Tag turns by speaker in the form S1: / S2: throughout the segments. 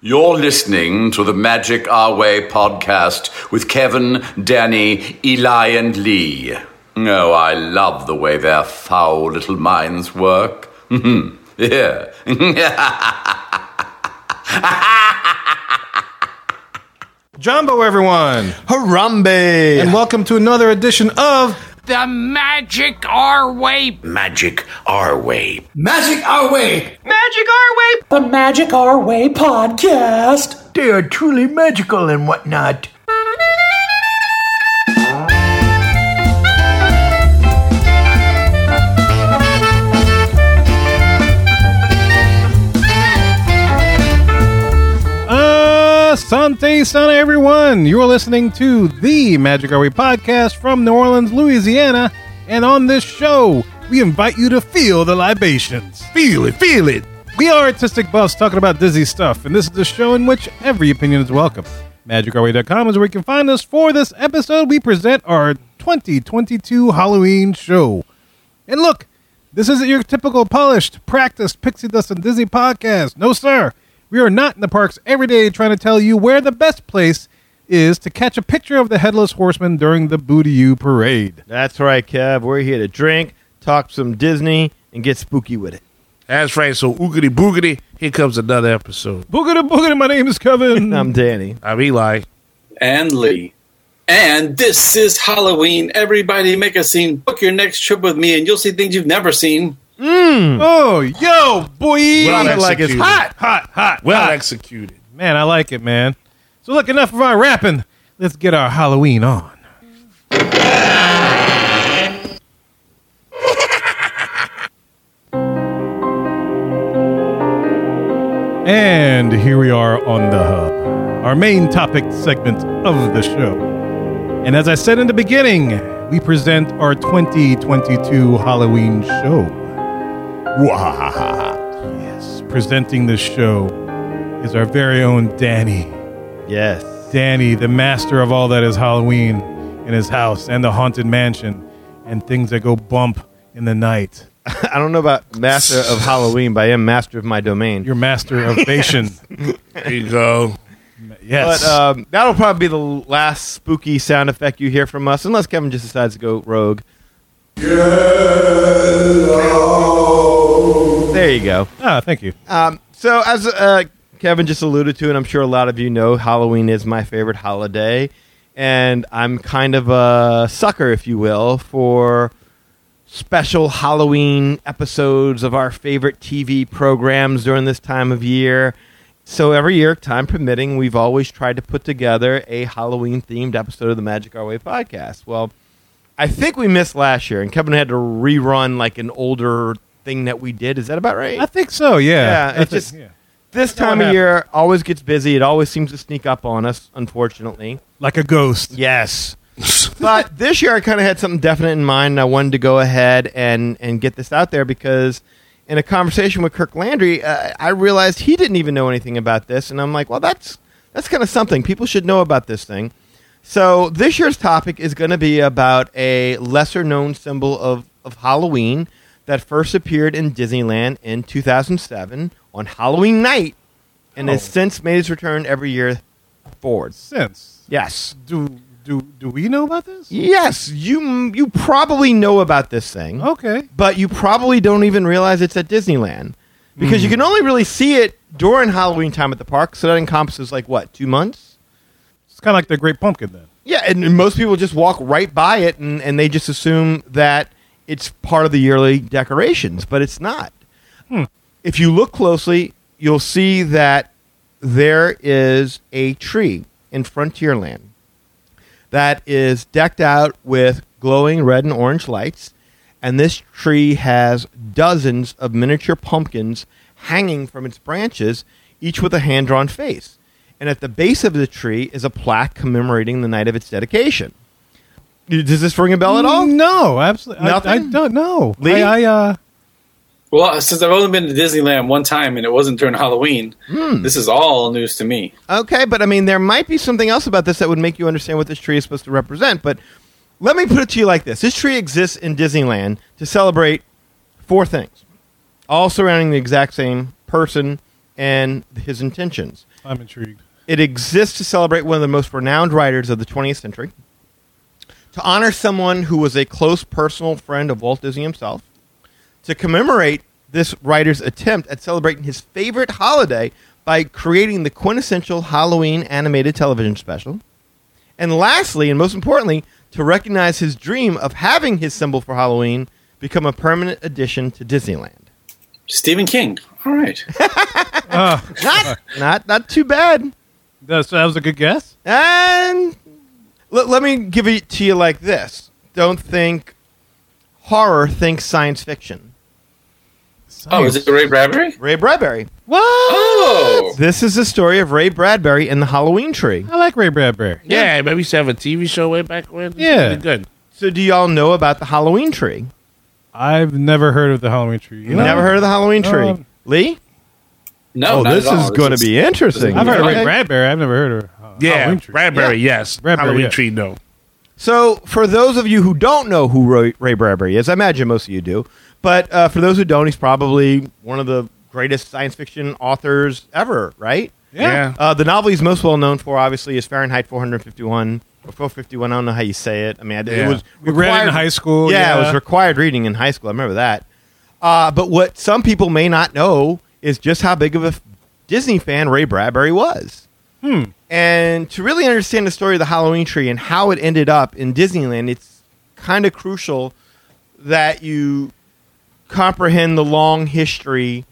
S1: You're listening to the Magic Our Way podcast with Kevin, Danny, Eli, and Lee. Oh, I love the way their foul little minds work. yeah.
S2: Jumbo, everyone,
S3: Harambe!
S2: and welcome to another edition of
S4: the magic our way.
S5: Magic our way.
S6: Magic our way.
S4: Magic our way.
S6: The Magic Our Way podcast.
S5: They are truly magical and whatnot.
S2: Asante Sana, everyone. You're listening to the Magic Our Way podcast from New Orleans, Louisiana. And on this show, we invite you to feel the libations. Feel it, feel it. We are artistic buffs talking about dizzy stuff, and this is the show in which every opinion is welcome. MagicOurWay.com is where you can find us. For this episode, we present our 2022 Halloween show. And look, this isn't your typical polished, practiced pixie dust and dizzy podcast. No, sir. We are not in the parks every day trying to tell you where the best place is to catch a picture of the headless horseman during the Booty You parade.
S3: That's right, Kev. We're here to drink, talk some Disney, and get spooky with it.
S7: That's right. So oogity boogity, here comes another episode.
S2: Boogada boogada, my name is Kevin.
S3: I'm Danny.
S7: I'm Eli.
S8: and Lee. And this is Halloween. Everybody make a scene. Book your next trip with me and you'll see things you've never seen.
S2: oh, yo, boy.
S7: Well
S3: it like it's
S7: executed.
S3: hot.
S2: Hot, hot.
S7: Well executed.
S2: Man, I like it, man. So, look, enough of our rapping. Let's get our Halloween on. And here we are on the hub, our main topic segment of the show. And as I said in the beginning, we present our 2022 Halloween show. Wahahaha. Yes, presenting this show is our very own Danny.
S3: Yes.
S2: Danny, the master of all that is Halloween in his house and the haunted mansion and things that go bump in the night.
S3: I don't know about master of Halloween, but I am master of my domain.
S2: Your master of Bation.
S7: There you go.
S2: Yes.
S3: but um, that'll probably be the last spooky sound effect you hear from us, unless Kevin just decides to go rogue. There you go.
S2: ah, thank you.
S3: Um, so, as uh, Kevin just alluded to, and I'm sure a lot of you know, Halloween is my favorite holiday, and I'm kind of a sucker, if you will, for special Halloween episodes of our favorite TV programs during this time of year. So, every year, time permitting, we've always tried to put together a Halloween themed episode of the Magic Our Way podcast. Well, I think we missed last year, and Kevin had to rerun like an older thing that we did. Is that about right?
S2: I think so, yeah.
S3: Yeah,
S2: I think-
S3: it's just-
S2: yeah.
S3: this
S2: what
S3: time of
S2: happens.
S3: year always gets busy. It always seems to sneak up on us, unfortunately.
S2: like a ghost.
S3: Yes. but this year I kind of had something definite in mind, and I wanted to go ahead and, and get this out there because in a conversation with Kirk Landry, uh, I realized he didn't even know anything about this, and I'm like, well, that's that's kind of something. People should know about this thing. So this year's topic is going to be about a lesser known symbol of, of Halloween that first appeared in Disneyland in 2007 on Halloween night, and has since made its return every year forward.
S2: Since
S3: Yes.
S2: do do do we know about this?
S3: Yes, you you probably know about this thing,
S2: Okay.
S3: but you probably don't even realize it's at Disneyland because you can only really see it during Halloween time at the park. So that encompasses like what two months?
S2: It's kind of like the Great Pumpkin then.
S3: Yeah, and, and most people just walk right by it and, and they just assume that it's part of the yearly decorations, but it's not. If you look closely, you'll see that there is a tree in Frontierland that is decked out with glowing red and orange lights, and this tree has dozens of miniature pumpkins hanging from its branches, each with a hand drawn face. And at the base of the tree is a plaque commemorating the night of its dedication. Does this ring a bell at all?
S2: No, absolutely. I, I
S3: Nothing?
S2: don't know.
S3: Lee?
S2: I, I uh
S8: Well, since I've only been to Disneyland one time and it wasn't during Halloween,
S3: Hmm.
S8: this is all news to me.
S3: Okay, but I mean, there might be something else about this that would make you understand what this tree is supposed to represent. But let me put it to you like this this tree exists in Disneyland to celebrate four things, all surrounding the exact same person and his intentions.
S2: I'm intrigued.
S3: It exists to celebrate one of the most renowned writers of the 20th century, to honor someone who was a close personal friend of Walt Disney himself, to commemorate this writer's attempt at celebrating his favorite holiday by creating the quintessential Halloween animated television special, and lastly, and most importantly, to recognize his dream of having his symbol for Halloween become a permanent addition to Disneyland.
S8: Stephen King. All right.
S2: Uh,
S3: Not, not, not too bad.
S2: that's, that was a good guess.
S3: And let, let me give it to you like this. Don't think horror, think science fiction.
S8: Oh, is it Ray Bradbury?
S3: Ray Bradbury.
S8: Oh,
S3: This is the story of Ray Bradbury and the Halloween tree.
S2: I like Ray Bradbury.
S7: Yeah, maybe we used to have a TV show way back when. It's
S2: Yeah.
S7: pretty good.
S3: So, do y'all know about the Halloween tree?
S2: I've never heard of the Halloween tree. You
S3: You never heard of the Halloween tree?
S2: Um,
S3: Lee?
S8: no!
S3: oh,
S8: not
S3: this
S8: at all.
S3: is going to be interesting.
S2: I've heard of
S3: Okay.
S2: Ray Bradbury. I've never heard of uh,
S7: Yeah,
S2: Halloween tree.
S7: Bradbury. Yes,
S2: Bradbury,
S7: Halloween
S2: yeah.
S7: tree. No,
S3: So, for those of you who don't know who Ray, Ray Bradbury is, I imagine most of you do, but uh, for those who don't, he's probably one of the greatest science fiction authors ever, right?
S2: Yeah.
S3: Uh, the novel he's most well known for, obviously, is Fahrenheit 451 or 451. I don't know how you say it. I mean, I-
S7: Yeah.
S3: it was
S2: We read it in high school,
S3: Yeah, it
S2: yeah.
S3: was required reading in high school. I remember that. Uh, but what some people may not know is just how big of a f- Disney fan Ray Bradbury was.
S2: Hmm.
S3: And to really understand the story of the Halloween tree and how it ended up in Disneyland, it's kind of crucial that you comprehend the long history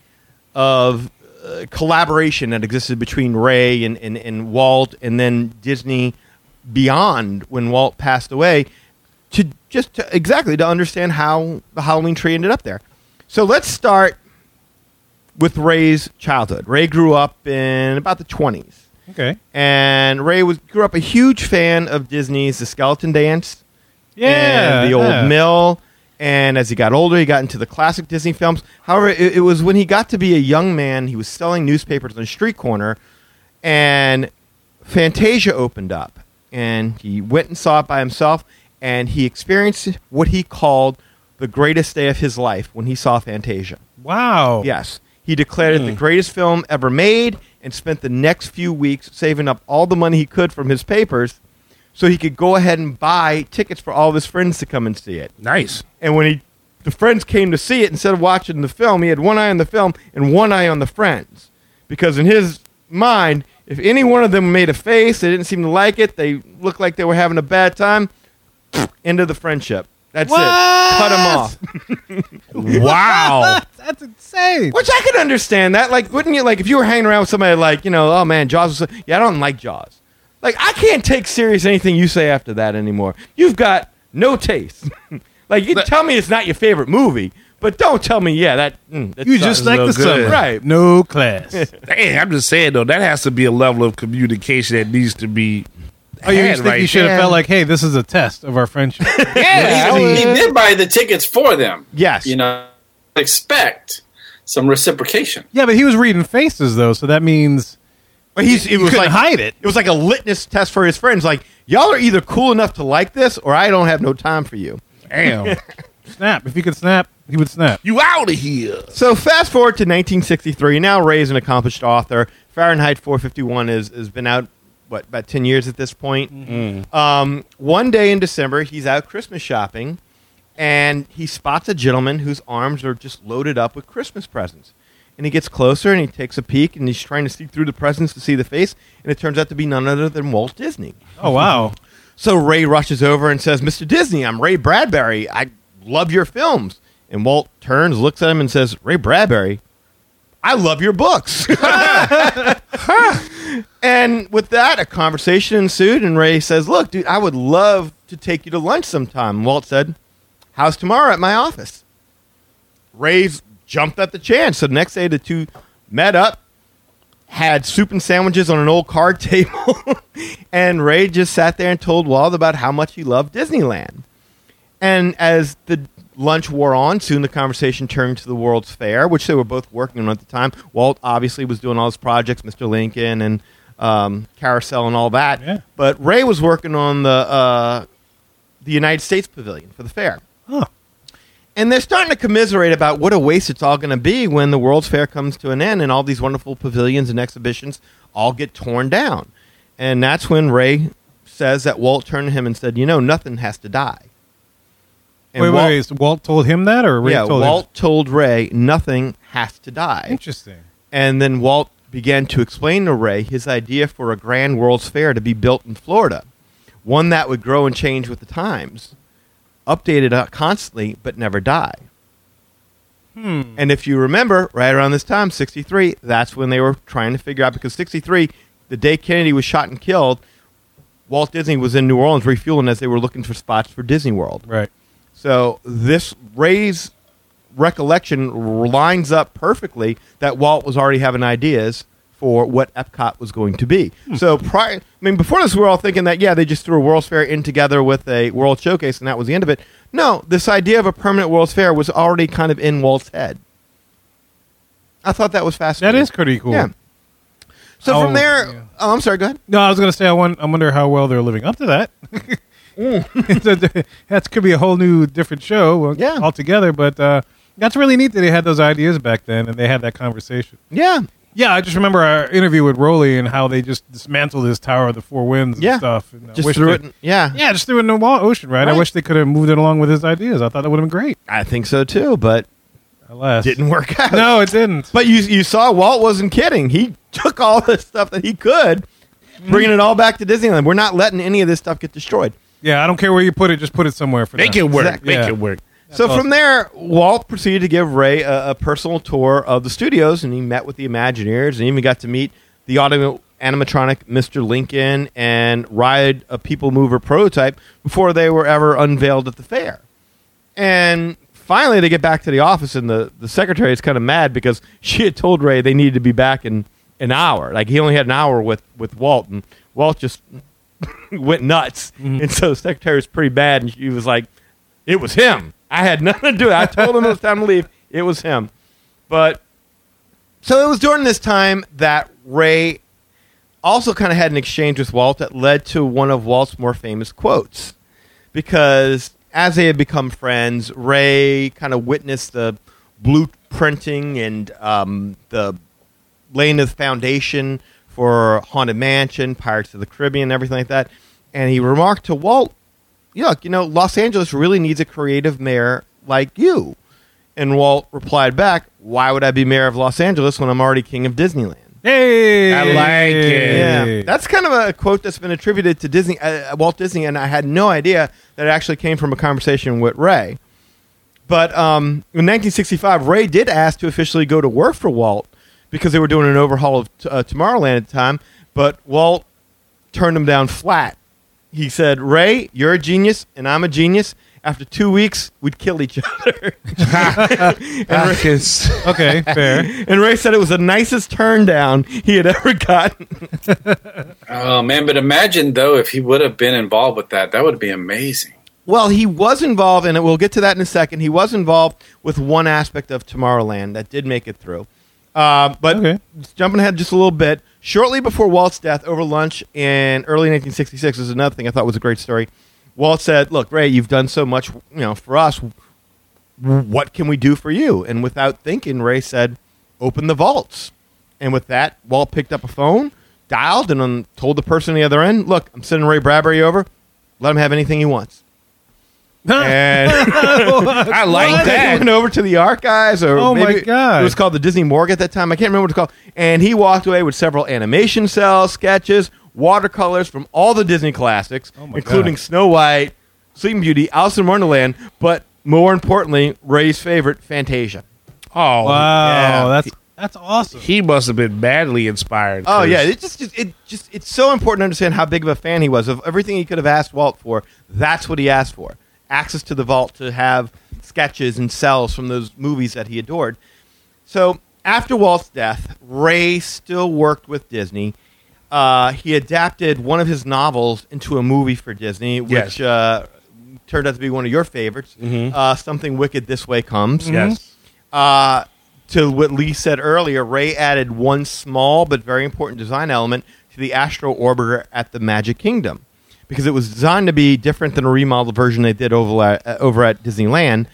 S3: of uh, collaboration that existed between Ray and, and, and Walt and then Disney beyond when Walt passed away to just to, exactly to understand how the Halloween tree ended up there. So let's start with Ray's childhood. Ray grew up in about the 20s
S2: Okay.
S3: and Ray was grew up a huge fan of Disney's The Skeleton Dance
S2: Yeah.
S3: and The Old
S2: yeah.
S3: Mill. And as he got older, he got into the classic Disney films. However, it, it was when he got to be a young man, he was selling newspapers on the street corner, and Fantasia opened up, and he went and saw it by himself, and he experienced what he called the greatest day of his life when he saw Fantasia.
S2: Wow.
S3: Yes. He declared it the greatest film ever made and spent the next few weeks saving up all the money he could from his papers so he could go ahead and buy tickets for all of his friends to come and see it.
S7: nice.
S3: And when he the friends came to see it instead of watching the film, he had one eye on the film and one eye on the friends. Because in his mind, if any one of them made a face, they didn't seem to like it, they looked like they were having a bad time, end of the friendship. That's it. Cut him off.
S7: Wow.
S2: That's insane.
S3: Which I could understand that. Like, wouldn't you like if you were hanging around with somebody like, you know, oh man, Jaws was so- yeah, I don't like Jaws. Like, I can't take serious anything you say after that anymore. You've got no taste. like, you tell me it's not your favorite movie, but don't tell me, yeah, that. Mm, that
S2: You
S3: sucks.
S2: just like
S7: no
S2: the Oh,
S7: good.
S2: summer.
S3: Right.
S2: No class.
S7: Hey, I'm just saying though, that has to be a level of communication that needs to be.
S2: oh, you
S7: had
S2: just think
S7: right
S2: you should have
S7: there.
S2: felt like, hey, this is a test of our friendship.
S8: Yeah, he, he did buy the tickets for them.
S3: Yes.
S8: you know, expect some reciprocation.
S2: yeah, but he was reading faces, though, so that means
S3: But he's, it was
S2: couldn't
S3: like,
S2: hide it.
S3: It was like a litmus test for his friends. Like, y'all are either cool enough to like this or I don't have no time for you.
S7: Damn,
S2: snap. If he could snap, he would snap.
S7: you out of here.
S3: So fast forward to 1963. Now Ray's an accomplished author. Fahrenheit 451 is has been out what about 10 years at this point. Um, one day in December, he's out Christmas shopping, and he spots a gentleman whose arms are just loaded up with Christmas presents. And he gets closer and he takes a peek and he's trying to see through the presents to see the face, and it turns out to be none other than Walt Disney.
S2: Oh, wow.
S3: So Ray rushes over and says, Mr. Disney, I'm Ray Bradbury. I love your films. And Walt turns, looks at him, and says, Ray Bradbury, I love your books. and with that, a conversation ensued, and Ray says, Look, dude, I would love to take you to lunch sometime. Walt said, How's tomorrow at my office? Ray's jumped at the chance. So the next day, the two met up, had soup and sandwiches on an old card table, and Ray just sat there and told Walt about how much he loved Disneyland. And as the lunch wore on, soon the conversation turned to the World's Fair, which they were both working on at the time. Walt obviously was doing all his projects, Mr. Lincoln and um, Carousel and all that.
S2: Yeah.
S3: But Ray was working on the uh, the United States Pavilion for the fair.
S2: Huh.
S3: And they're starting to commiserate about what a waste it's all going to be when the World's Fair comes to an end and all these wonderful pavilions and exhibitions all get torn down. And that's when Ray says that Walt turned to him and said, You know, nothing has to die. And
S2: wait,
S3: Walt-
S2: wait, wait. So Walt told him that, or Ray
S3: yeah,
S2: told
S3: Walt
S2: him?
S3: told Ray, Nothing has to die.
S2: Interesting.
S3: And then Walt began to explain to Ray his idea for a grand World's Fair to be built in Florida, one that would grow and change with the times, updated uh, constantly, but never die. And if you remember, right around this time, 63, that's when they were trying to figure out because 63, the day Kennedy was shot and killed, Walt Disney was in New Orleans refueling as they were looking for spots for Disney World.
S2: Right.
S3: So this Ray's recollection lines up perfectly that Walt was already having ideas for what Epcot was going to be.
S2: Hmm.
S3: So prior, I mean, before this, we were all thinking that yeah, they just threw a World's Fair in together with a World Showcase, and that was the end of it. No, this idea of a permanent World's Fair was already kind of in Walt's head. I thought that was
S2: That
S3: fascinating.
S2: is pretty cool.
S3: Yeah. So
S2: Oh,
S3: from there,
S2: yeah.
S3: oh, I'm sorry. Go ahead.
S2: No, I was going to say, I, won- I wonder how well they're living up to that. So th- that could be a whole new, different show uh,
S3: Mm. Yeah.
S2: altogether. But uh, that's really neat that they had those ideas back then and they had that conversation.
S3: Yeah,
S2: Yeah, I just remember our interview with Rolly and how they just dismantled his Tower of the Four Winds
S3: Yeah.
S2: and stuff. And I
S3: just
S2: wish
S3: threw
S2: they-
S3: it. in- yeah,
S2: Yeah, just threw it in the wa- ocean, right? I
S3: Right.
S2: wish they could have moved it along with his ideas. I thought that would have been great.
S3: I think so too, but
S2: Alas.
S3: didn't work out.
S2: No, it didn't.
S3: But you you saw Walt wasn't kidding. He took all the stuff that he could, bringing it all back to Disneyland. We're not letting any of this stuff get destroyed.
S2: Yeah, I don't care where you put it. Just put it somewhere for
S7: Make
S2: now.
S7: it work.
S3: Exactly.
S7: Make
S2: Yeah.
S7: it work.
S3: so from there, Walt proceeded to give Ray a, a personal tour of the studios, and he met with the Imagineers, and even got to meet the auto animatronic Mr. Lincoln and ride a people mover prototype before they were ever unveiled at the fair. And finally, they get back to the office, and the, the secretary is kind of mad because she had told Ray they needed to be back in an hour. Like, he only had an hour with, with Walt, and Walt just went nuts. And so the secretary was pretty bad, and she was like, it was him. I had nothing to do with it. I told him it was time to leave. It was him. But so it was during this time that Ray also kind of had an exchange with Walt that led to one of Walt's more famous quotes. Because as they had become friends, Ray kind of witnessed the blueprinting and um, the laying the foundation for Haunted Mansion, Pirates of the Caribbean, everything like that. And he remarked to Walt, Look, you know, Los Angeles really needs a creative mayor like you. And Walt replied back, Why would I be mayor of Los Angeles when I'm already king of Disneyland?
S2: Hey,
S7: I like it.
S3: Yeah, that's kind of a quote that's been attributed to Disney, uh, Walt Disney, and I had no idea that it actually came from a conversation with Ray. But um, in 1965, Ray did ask to officially go to work for Walt because they were doing an overhaul of uh, Tomorrowland at the time. But Walt turned him down flat. He said, "Ray, you're a genius, and I'm a genius. After two weeks, we'd kill each other."
S7: I can s-
S2: okay, fair.
S3: and Ray said it was the nicest turn down he had ever gotten.
S8: Oh man, but imagine though if he would have been involved with that, that would be amazing.
S3: Well, he was involved, and we'll get to that in a second. He was involved with one aspect of Tomorrowland that did make it through. Uh, but
S2: Okay.
S3: jumping ahead just a little bit, shortly before Walt's death over lunch in early 1966 is another thing I thought was a great story. Walt said, "Look, Ray, you've done so much, you know, for us. What can we do for you?" And without thinking, Ray said, "Open the vaults." And with that, Walt picked up a phone, dialed, and um, told the person on the other end, "Look, I'm sending Ray Bradbury over. Let him have anything he wants." And
S7: I like
S3: He went
S7: that.
S3: over to the archives, or
S2: Oh, my
S3: maybe
S2: God.
S3: it was called the Disney Morgue at that time. I can't remember what it's called. And he walked away with several animation cells, sketches, watercolors from all the Disney classics,
S2: Oh my
S3: including
S2: God.
S3: Snow White, Sleeping Beauty, Alice in Wonderland, but more importantly, Ray's favorite, Fantasia.
S7: Oh,
S2: Wow,
S3: Yeah.
S2: that's that's awesome.
S7: he must have been badly inspired.
S3: Oh
S7: 'cause
S3: yeah, it just it just it's so important to understand how big of a fan he was of everything he could have asked Walt for. That's what he asked for: access to the vault to have sketches and cells from those movies that he adored. So after Walt's death, Ray still worked with Disney. Uh, he adapted one of his novels into a movie for Disney,
S7: Yes.
S3: which
S7: Mm-hmm.
S3: uh, turned out to be one of your favorites. Uh, Something Wicked This Way Comes
S2: Mm-hmm.
S7: Yes.
S3: uh, to what Lee said earlier, Ray added one small but very important design element to the Astro Orbiter at the Magic Kingdom because it was designed to be different than a remodeled version they did over at, uh, over at Disneyland.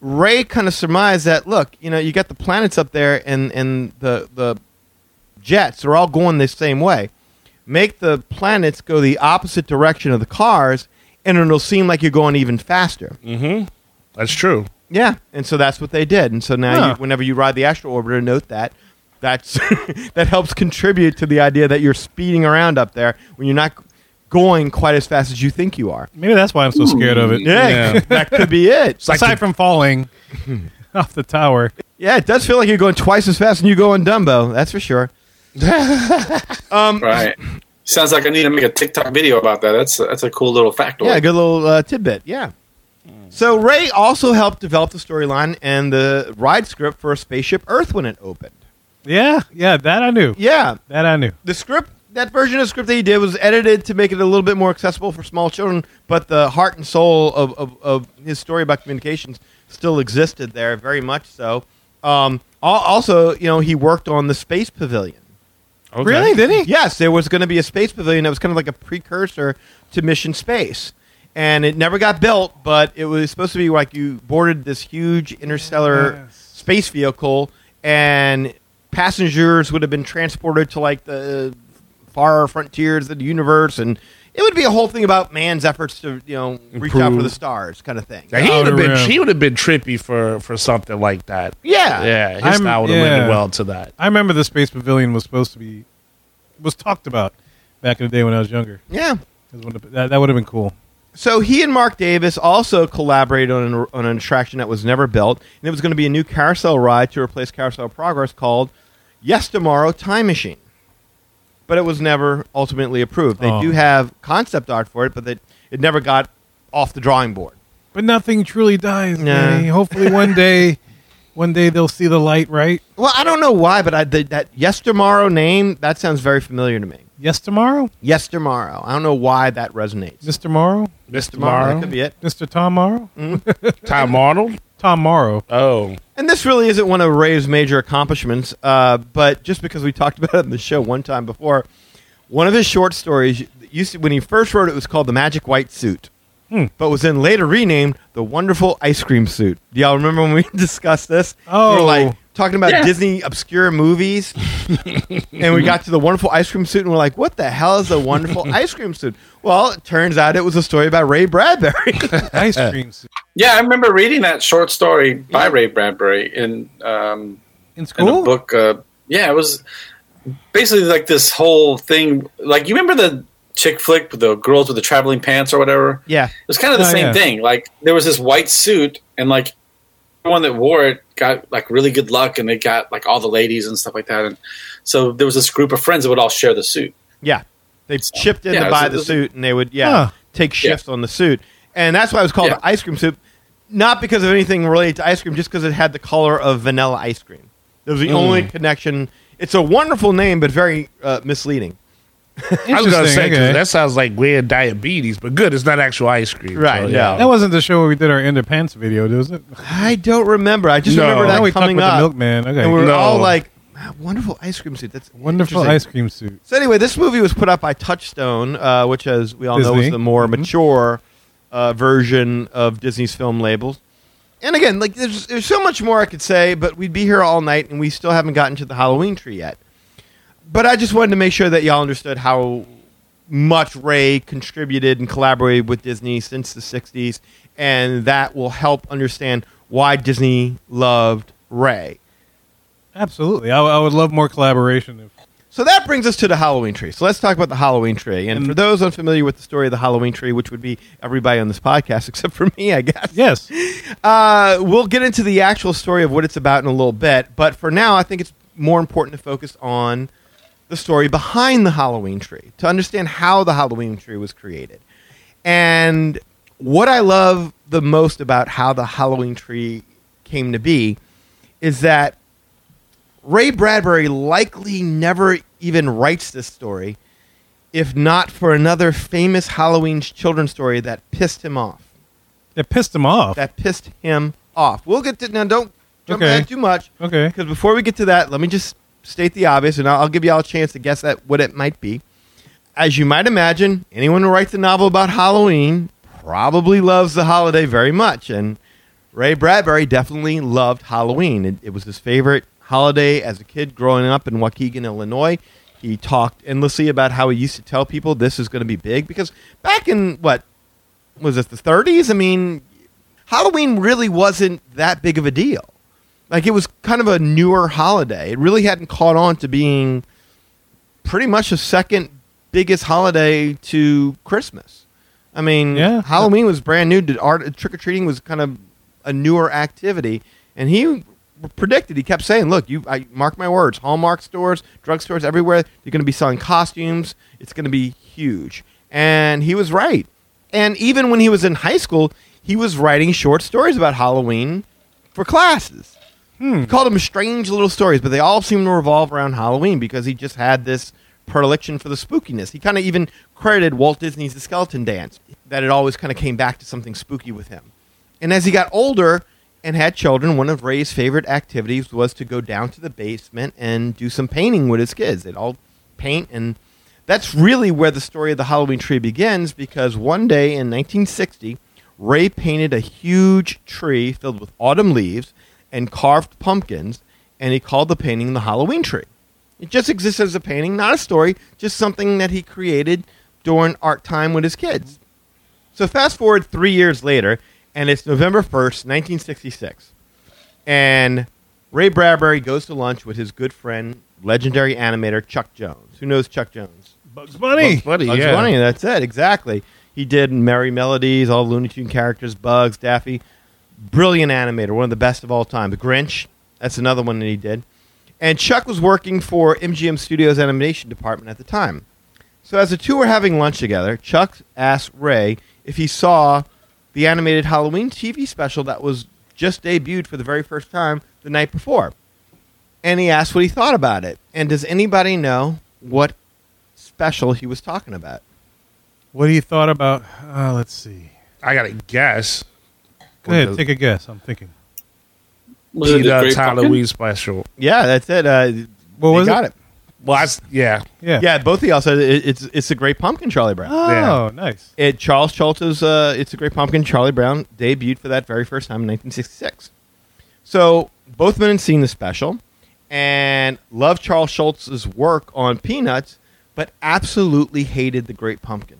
S3: Ray kind of surmised that look, you know, you got the planets up there, and and the the jets are all going the same way. Make the planets go the opposite direction of the cars, and it'll seem like you're going even faster.
S7: That's true.
S3: Yeah, and so that's what they did. And so now,
S2: Huh.
S3: you, whenever you ride the astral orbiter, note that that's that helps contribute to the idea that you're speeding around up there when you're not going quite as fast as you think you are.
S2: Maybe that's why I'm so scared of it.
S7: Yeah.
S3: that could be it.
S7: like
S2: Aside
S7: the-
S2: from falling off the tower.
S3: Yeah, it does feel like you're going twice as fast as you go in Dumbo. That's for sure.
S8: Right. Sounds like I need to make a TikTok video about that. That's that's a cool little factoid.
S3: Yeah, good little uh, tidbit. Yeah.
S2: Hmm.
S3: So Ray also helped develop the storyline and the ride script for Spaceship Earth when it opened.
S2: Yeah, yeah, that I knew.
S3: Yeah,
S2: That I knew.
S3: the script that version of the script that he did was edited to make it a little bit more accessible for small children but the heart and soul of, of, of his story about communications still existed there very much so um, al- also you know he worked on the space pavilion
S2: Really? Did he?
S3: yes there was going to be a space pavilion that was kind of like a precursor to mission space and it never got built but it was supposed to be like you boarded this huge interstellar space vehicle and passengers would have been transported to like the far frontiers of the universe and it would be a whole thing about man's efforts to you know reach out for the stars kind of thing
S7: Now, he would
S2: Outer
S7: have been
S2: Rim.
S7: he would have been trippy for for something like that.
S3: yeah
S7: Yeah, his
S2: I'm-
S7: style would have
S2: yeah.
S7: landed well to that.
S2: I remember the space pavilion was supposed to be was talked about back in the day when I was younger.
S3: yeah
S2: It would've been- That, that would have been cool.
S3: so he and Mark Davis also collaborated on an, on an attraction that was never built, and it was going to be a new carousel ride to replace Carousel Progress called Yes Tomorrow Time Machine. But it was never ultimately approved. They
S2: Oh.
S3: do have concept art for it, but they, it never got off the drawing board.
S2: But nothing truly dies.
S3: Nah.
S2: Danny. Hopefully one day one day they'll see the light, right?
S3: Well, I don't know why, but I, the, that Yes Tomorrow name that sounds very familiar to me.
S2: Yes tomorrow?
S3: Yes Tomorrow. I don't know why that resonates.
S2: Mr. Morrow?
S7: Mr.
S3: Tomorrow, that
S7: Tomorrow,
S3: could be it.
S2: Mr. Tom Morrow?
S7: Mm. Tom Arnold.
S2: Tom Morrow.
S7: Oh,
S3: And this really isn't one of Ray's major accomplishments, uh, but just because we talked about it in the show one time before, one of his short stories, you- you see, when he first wrote it, it was called The Magic White Suit, but was then later renamed The Wonderful Ice Cream Suit. Do y'all remember when we discussed this? We
S2: Oh.
S3: were like talking about Disney obscure movies, and we got to The Wonderful Ice Cream Suit, and we're like, what the hell is The Wonderful Ice Cream Suit? Well, it turns out it was a story about Ray Bradbury.
S2: Ice cream suit.
S8: Yeah, I remember reading that short story by Ray Bradbury in um,
S2: In
S8: in
S2: school?
S8: a book. Uh, yeah, it was basically like this whole thing. Like you remember the chick flick with the girls with the traveling pants or whatever.
S3: yeah.
S8: It was kind of the
S2: Oh,
S8: same
S2: yeah.
S8: thing. Like there was this white suit, and like everyone that wore it got like really good luck, and they got like all the ladies and stuff like that. And so there was this group of friends that would all share the suit.
S3: Yeah, they chipped in
S8: Yeah,
S3: to
S8: so
S3: buy the
S8: this-
S3: suit, and they would yeah
S2: Huh.
S3: take shifts on the suit, and that's why it was called
S8: Yeah.
S3: the ice cream suit, not because of anything related to ice cream, just because it had the color of vanilla ice cream. That was the
S2: Mm.
S3: only connection. It's a wonderful name, but very uh, misleading.
S7: I was gonna
S2: Interesting,
S7: say 'cause
S2: okay.
S7: that sounds like weird diabetes, but good. It's not actual ice cream,
S3: Right,
S7: So,
S3: yeah.
S2: that wasn't the show where we did our underpants video, was it?
S3: I don't remember. I just
S7: No.
S3: remember
S2: Now
S3: that
S2: we talked
S3: coming
S2: about
S3: up,
S2: the milkman. Okay.
S3: and we were
S7: No.
S3: all like, "Ah, "Wonderful ice cream suit." That's
S2: Wonderful
S3: interesting."
S2: ice cream suit.
S3: So anyway, this movie was put out by Touchstone, uh, which, as we all know,
S2: Disney.
S3: is the more mature uh, version of Disney's film labels. And again, like there's, there's so much more I could say, but we'd be here all night, and we still haven't gotten to the Halloween tree yet. But I just wanted to make sure that y'all understood how much Ray contributed and collaborated with Disney since the '60s, and that will help understand why Disney loved Ray.
S2: Absolutely. I, I would love more collaboration. If,
S3: So that brings us to the Halloween tree. So let's talk about the Halloween tree. And for those unfamiliar with the story of the Halloween tree, which would be everybody on this podcast except for me, I guess,
S2: yes.
S3: uh, we'll get into the actual story of what it's about in a little bit. But for now, I think it's more important to focus on the story behind the Halloween tree to understand how the Halloween tree was created. And what I love the most about how the Halloween tree came to be is that Ray Bradbury likely never even writes this story if not for another famous Halloween children's story that pissed him off.
S2: It pissed him off.
S3: That pissed him off. We'll get to now. Don't jump
S2: Okay.
S3: ahead too much
S2: okay.
S3: because before we get to that, let me just state the obvious, and I'll, I'll give you all a chance to guess at what it might be. As you might imagine, anyone who writes a novel about Halloween probably loves the holiday very much, and Ray Bradbury definitely loved Halloween. It, it was his favorite holiday as a kid growing up in Waukegan, Illinois. He talked endlessly about how he used to tell people this is going to be big because back in what was it the 30s? I mean, Halloween really wasn't that big of a deal. Like it was kind of a newer holiday. It really hadn't caught on to being pretty much the second biggest holiday to Christmas. I mean,
S2: Yeah.
S3: Halloween was brand new. Did art trick or treating was kind of a newer activity, and he predicted. He kept saying, "Look, you I, mark my words. Hallmark stores, drugstores, everywhere. You're going to be selling costumes. It's going to be huge." And he was right. And even when he was in high school, he was writing short stories about Halloween for classes. He called them strange little stories, but they all seemed to revolve around Halloween because he just had this predilection for the spookiness. He kind of even credited Walt Disney's The Skeleton Dance, that it always kind of came back to something spooky with him. And as he got older and had children, one of Ray's favorite activities was to go down to the basement and do some painting with his kids. They'd all paint, and that's really where the story of the Halloween tree begins because one day in 1960, Ray painted a huge tree filled with autumn leaves and carved pumpkins, and he called the painting the Halloween tree. It just exists as a painting, not a story, just something that he created during art time with his kids. So fast forward three years later, and it's November 1st, 1966. And Ray Bradbury goes to lunch with his good friend, legendary animator Chuck Jones. Who knows Chuck Jones?
S2: Bugs Bunny.
S7: Buddy,
S3: Bugs
S7: yeah.
S3: Bunny, that's it, exactly. He did Merry Melodies, all Looney Tune characters, Bugs, Daffy. Brilliant animator, one of the best of all time. The Grinch, that's another one that he did. And Chuck was working for MGM Studios animation department at the time. So as the two were having lunch together, Chuck asked Ray if he saw the animated Halloween TV special that was just debuted for the very first time the night before. And he asked what he thought about it. And does anybody know what special he was talking about?
S2: What do you thought about? Uh, let's see.
S7: I gotta guess.
S2: Go ahead, take a guess. I'm thinking.
S8: Was it the
S7: Peanuts
S8: Great Pumpkin?
S7: Halloween special.
S3: Yeah, that's it. Uh,
S2: What
S3: they
S2: was
S3: got
S2: it?
S3: it?
S7: Well, I s yeah,
S2: Yeah.
S3: Yeah, both of y'all said it, it's it's a great pumpkin, Charlie Brown.
S2: Oh,
S7: Yeah.
S2: nice.
S3: It Charles Schultz's uh, "It's a Great Pumpkin." Charlie Brown debuted for that very first time in 1966. So both men had seen the special and loved Charles Schultz's work on Peanuts, but absolutely hated the Great Pumpkin.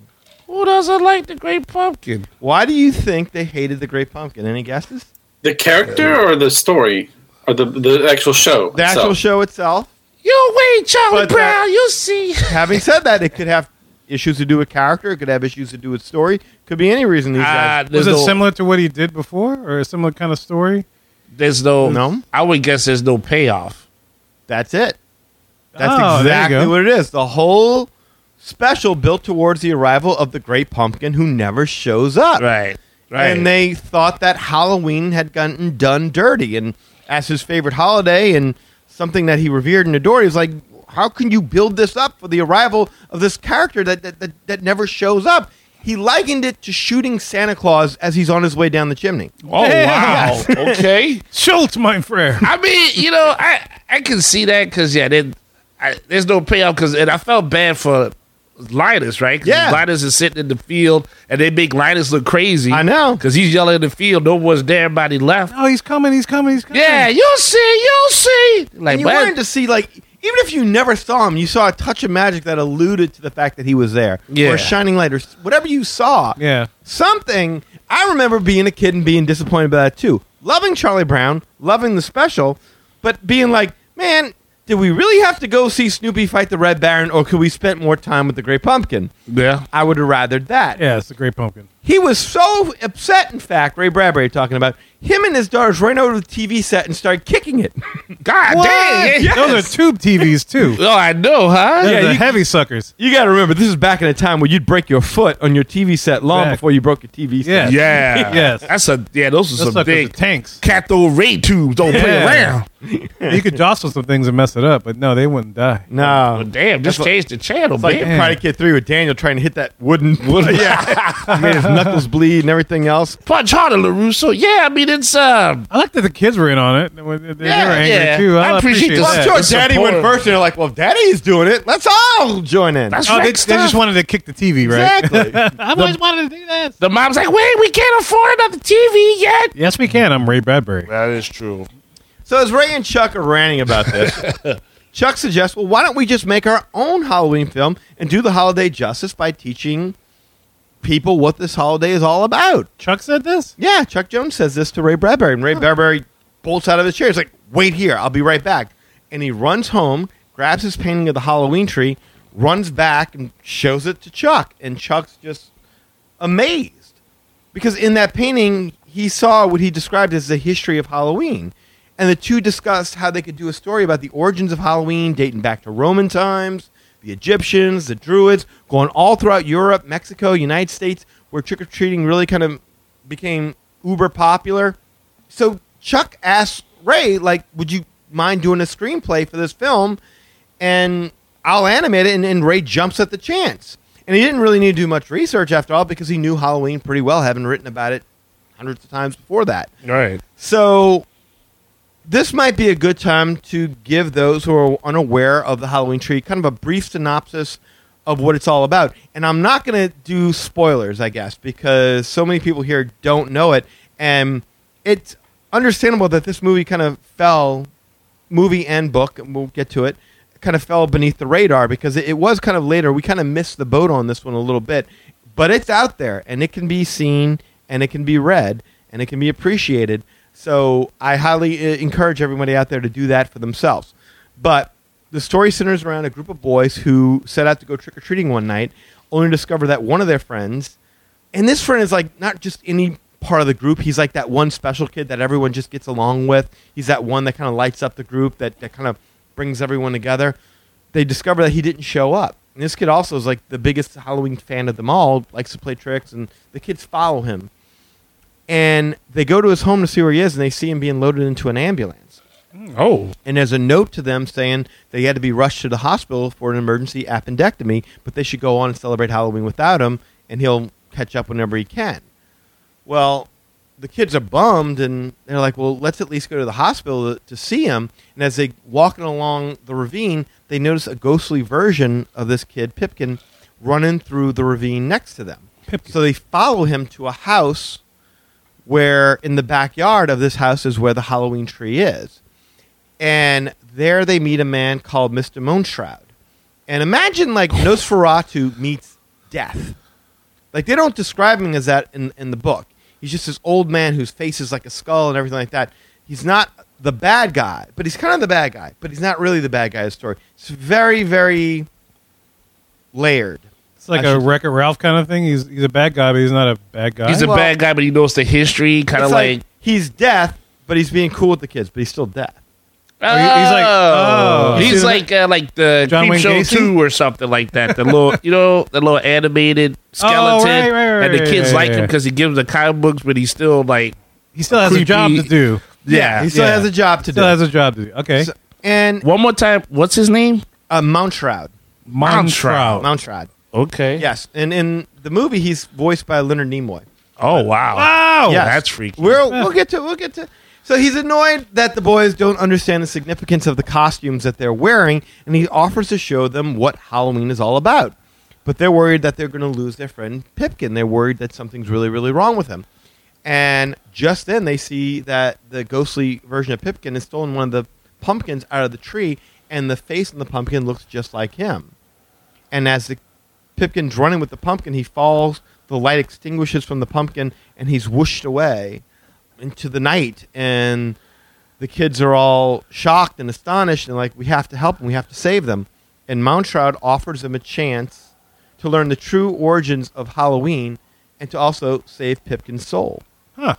S7: Who doesn't like the Great Pumpkin?
S3: Why do you think they hated the Great Pumpkin? Any guesses?
S8: The character or the story or the the actual show?
S3: The actual
S8: itself?
S3: show itself.
S7: You wait, Charlie
S3: But uh, that-
S7: Brown. you see.
S3: Having said that, it could have issues to do with character. It could have issues to do with story. Could be any reason. These
S7: Ah,
S3: guys.
S7: there's
S2: Was it
S7: no-
S2: similar to what he did before, or a similar kind of story?
S7: There's no.
S3: No?
S7: I would guess there's no payoff.
S3: That's it. That's
S2: Oh, there you
S3: exactly
S2: go.
S3: what it is. The whole special built towards the arrival of the Great Pumpkin, who never shows up.
S7: Right. Right.
S3: And they thought that Halloween had gotten done dirty, and as his favorite holiday and something that he revered and adored, he was like, "How can you build this up for the arrival of this character that that, that, that never shows up?" He likened it to shooting Santa Claus as he's on his way down the chimney.
S7: oh wow. okay.
S2: Schultz, my friend.
S7: I mean, you know, I I can see that because yeah, then I, there's no payoff because and I felt bad for Linus, right? 'Cause
S3: Yeah.
S7: Linus is sitting in the field and they make Linus look crazy.
S3: I know.
S7: because he's yelling in the field. No one's there. Everybody left.
S2: Oh, he's coming. He's coming. He's coming.
S7: Yeah, you'll see. You'll see. Like
S3: And you
S7: what?
S3: wanted to see, like, even if you never saw him, you saw a touch of magic that alluded to the fact that he was there.
S7: Yeah.
S3: Or a shining light, or s- whatever you saw.
S2: Yeah.
S3: Something. I remember being a kid and being disappointed by that, too. Loving Charlie Brown, loving the special, but being like, man, did we really have to go see Snoopy fight the Red Baron, or could we spend more time with the Great Pumpkin?
S7: yeah.
S3: I would have rathered that.
S2: Yeah, it's the Great Pumpkin.
S3: He was so upset, in fact, Ray Bradbury talking about, him and his daughters ran over to the TV set and started kicking it.
S7: God dang. Yeah.
S2: Those are tube TVs too.
S7: Oh, I know, huh?
S2: They're the
S3: you-
S2: heavy suckers.
S3: You got to remember, this is back in a time where you'd break your foot on your TV set long
S2: Exactly.
S3: before you broke your TV
S2: Yeah.
S3: set.
S7: Yeah.
S2: Yes.
S7: That's a yeah, those are
S2: Those
S7: some
S2: suckers are
S7: big
S2: tanks.
S7: cathode ray tubes. Don't play
S2: Yeah.
S7: around.
S2: you could jostle some things and mess it up, but no, they wouldn't die.
S3: No.
S7: Well, damn, just change the channel,
S3: It's like
S7: man.
S3: in Karate Kid 3 with Daniel trying to hit that wooden. yeah.
S2: Made his
S3: knuckles bleed and everything else.
S7: Punch harder, Larusso. Yeah, I mean it's um.
S2: I like that the kids were in on it. They were they were
S7: Yeah,
S2: angry
S7: yeah.
S2: too. I,
S7: I appreciate
S2: appreciate
S7: the
S2: that.
S3: I'm
S7: Yeah,
S3: sure
S7: it's
S3: Daddy went
S7: supportive.
S3: first, and they're like, "Well, if Daddy's doing it, let's all join in."
S7: That's
S2: Oh,
S7: right.
S2: they, they just wanted to kick the TV, right?
S3: exactly.
S2: I've always wanted to do that.
S7: the mom's like, wait, we can't afford another TV yet.
S2: Yes, we can. I'm Ray Bradbury.
S7: That is true.
S3: so as Ray and Chuck are ranting about this, Chuck suggests, "Well, why don't we just make our own Halloween film and do the holiday justice by teaching people what this holiday is all about?"
S2: Chuck said this.
S3: Yeah, Chuck Jones says this to Ray Bradbury, and Ray Bradbury bolts out of his chair. He's like, "Wait here, I'll be right back." And he runs home, grabs his painting of the Halloween tree, runs back, and shows it to Chuck. And Chuck's just amazed because in that painting he saw what he described as the history of Halloween. And the two discussed how they could do a story about the origins of Halloween dating back to Roman times, the Egyptians, the Druids, going all throughout Europe, Mexico, United States, where trick or treating really kind of became uber popular. So Chuck asked Ray, like, would you mind doing a screenplay for this film? And I'll animate it. And, and Ray jumps at the chance. And he didn't really need to do much research after all because he knew Halloween pretty well, having written about it hundreds of times before that.
S7: Right.
S3: So this might be a good time to give those who are unaware of the Halloween tree kind of a brief synopsis of what it's all about. And I'm not going to do spoilers, I guess, because so many people here don't know it and it's understandable that this movie kind of fell movie and book, and we'll get to it, kind of fell beneath the radar because it, it was kind of later. We kind of missed the boat on this one a little bit, but it's out there and it can be seen and it can be read and it can be appreciated. So I highly uh, encourage everybody out there to do that for themselves. But the story centers around a group of boys who set out to go trick or treating one night, only to discover that one of their friends and this friend is like not just any part of the group. He's like that one special kid that everyone just gets along with. He's that one that kind of lights up the group, that, that kind of brings everyone together. They discover that he didn't show up. And this kid also is like the biggest Halloween fan of them all, likes to play tricks, and the kids follow him. And they go to his home to see where he is, and they see him being loaded into an ambulance
S7: Oh.
S3: and there's a note to them saying they had to be rushed to the hospital for an emergency appendectomy, but they should go on and celebrate Halloween without him, and he'll catch up whenever he can. Well, the kids are bummed, and they're like, "Well, let's at least go to the hospital to, to see him." And as they walking along the ravine, they notice a ghostly version of this kid Pipkin running through the ravine next to them. So they follow him to a house where in the backyard of this house is where the Halloween tree is. And there they meet a man called Mr. Moonshroud. And imagine like Nosferatu meets death. Like they don't describe him as that in, in the book. He's just this old man whose face is like a skull and everything like that. He's not the bad guy, but he's kind of the bad guy, but he's not really the bad guy of the story. It's very, very layered.
S2: It's like
S3: I
S2: a
S3: should-
S2: Wreck-It Ralph kind of thing. He's he's a bad guy, but he's not a bad guy.
S7: He's a
S3: Well-
S7: bad guy, but he knows the history. Kind of
S3: It's
S7: like,
S3: he's death, but he's being cool with the kids, but he's still death.
S2: he- he's like, oh. You see
S7: he's
S2: the-
S7: like, uh, like the
S2: John
S7: John
S2: Wayne
S7: Show
S2: Gacy?
S7: Two or something like that. The little, you know, the little animated skeleton,
S2: Oh, right, right, right,
S7: and the
S2: right,
S7: kids
S2: right,
S7: like
S2: right.
S7: him because he gives the comic books, but he's still like,
S2: he still has a job to
S7: creepy-
S2: do.
S7: yeah.
S3: he still
S2: yeah.
S3: has a job to
S2: Still
S3: do.
S2: has a job to do. Okay,
S3: So- and
S7: One more time, what's his name?
S3: uh, Mountshroud.
S2: Montrout.
S3: Mountshroud.
S7: Okay.
S3: Yes, and in the movie, he's voiced by Leonard Nimoy.
S7: Oh wow.
S2: Wow.
S3: yes.
S7: that's freaky.
S3: We'll we'll get to we'll get to. So he's annoyed that the boys don't understand the significance of the costumes that they're wearing, and he offers to show them what Halloween is all about. But they're worried that they're going to lose their friend Pipkin. They're worried that something's really really wrong with him. And just then, they see that the ghostly version of Pipkin has stolen one of the pumpkins out of the tree, and the face on the pumpkin looks just like him and as the Pipkin's running with the pumpkin, he falls. The light extinguishes from the pumpkin, and he's whooshed away into the night. And the kids are all shocked and astonished, and like, we have to help them, we have to save them. And Mountshroud offers them a chance to learn the true origins of Halloween and to also save Pipkin's soul.
S2: Huh.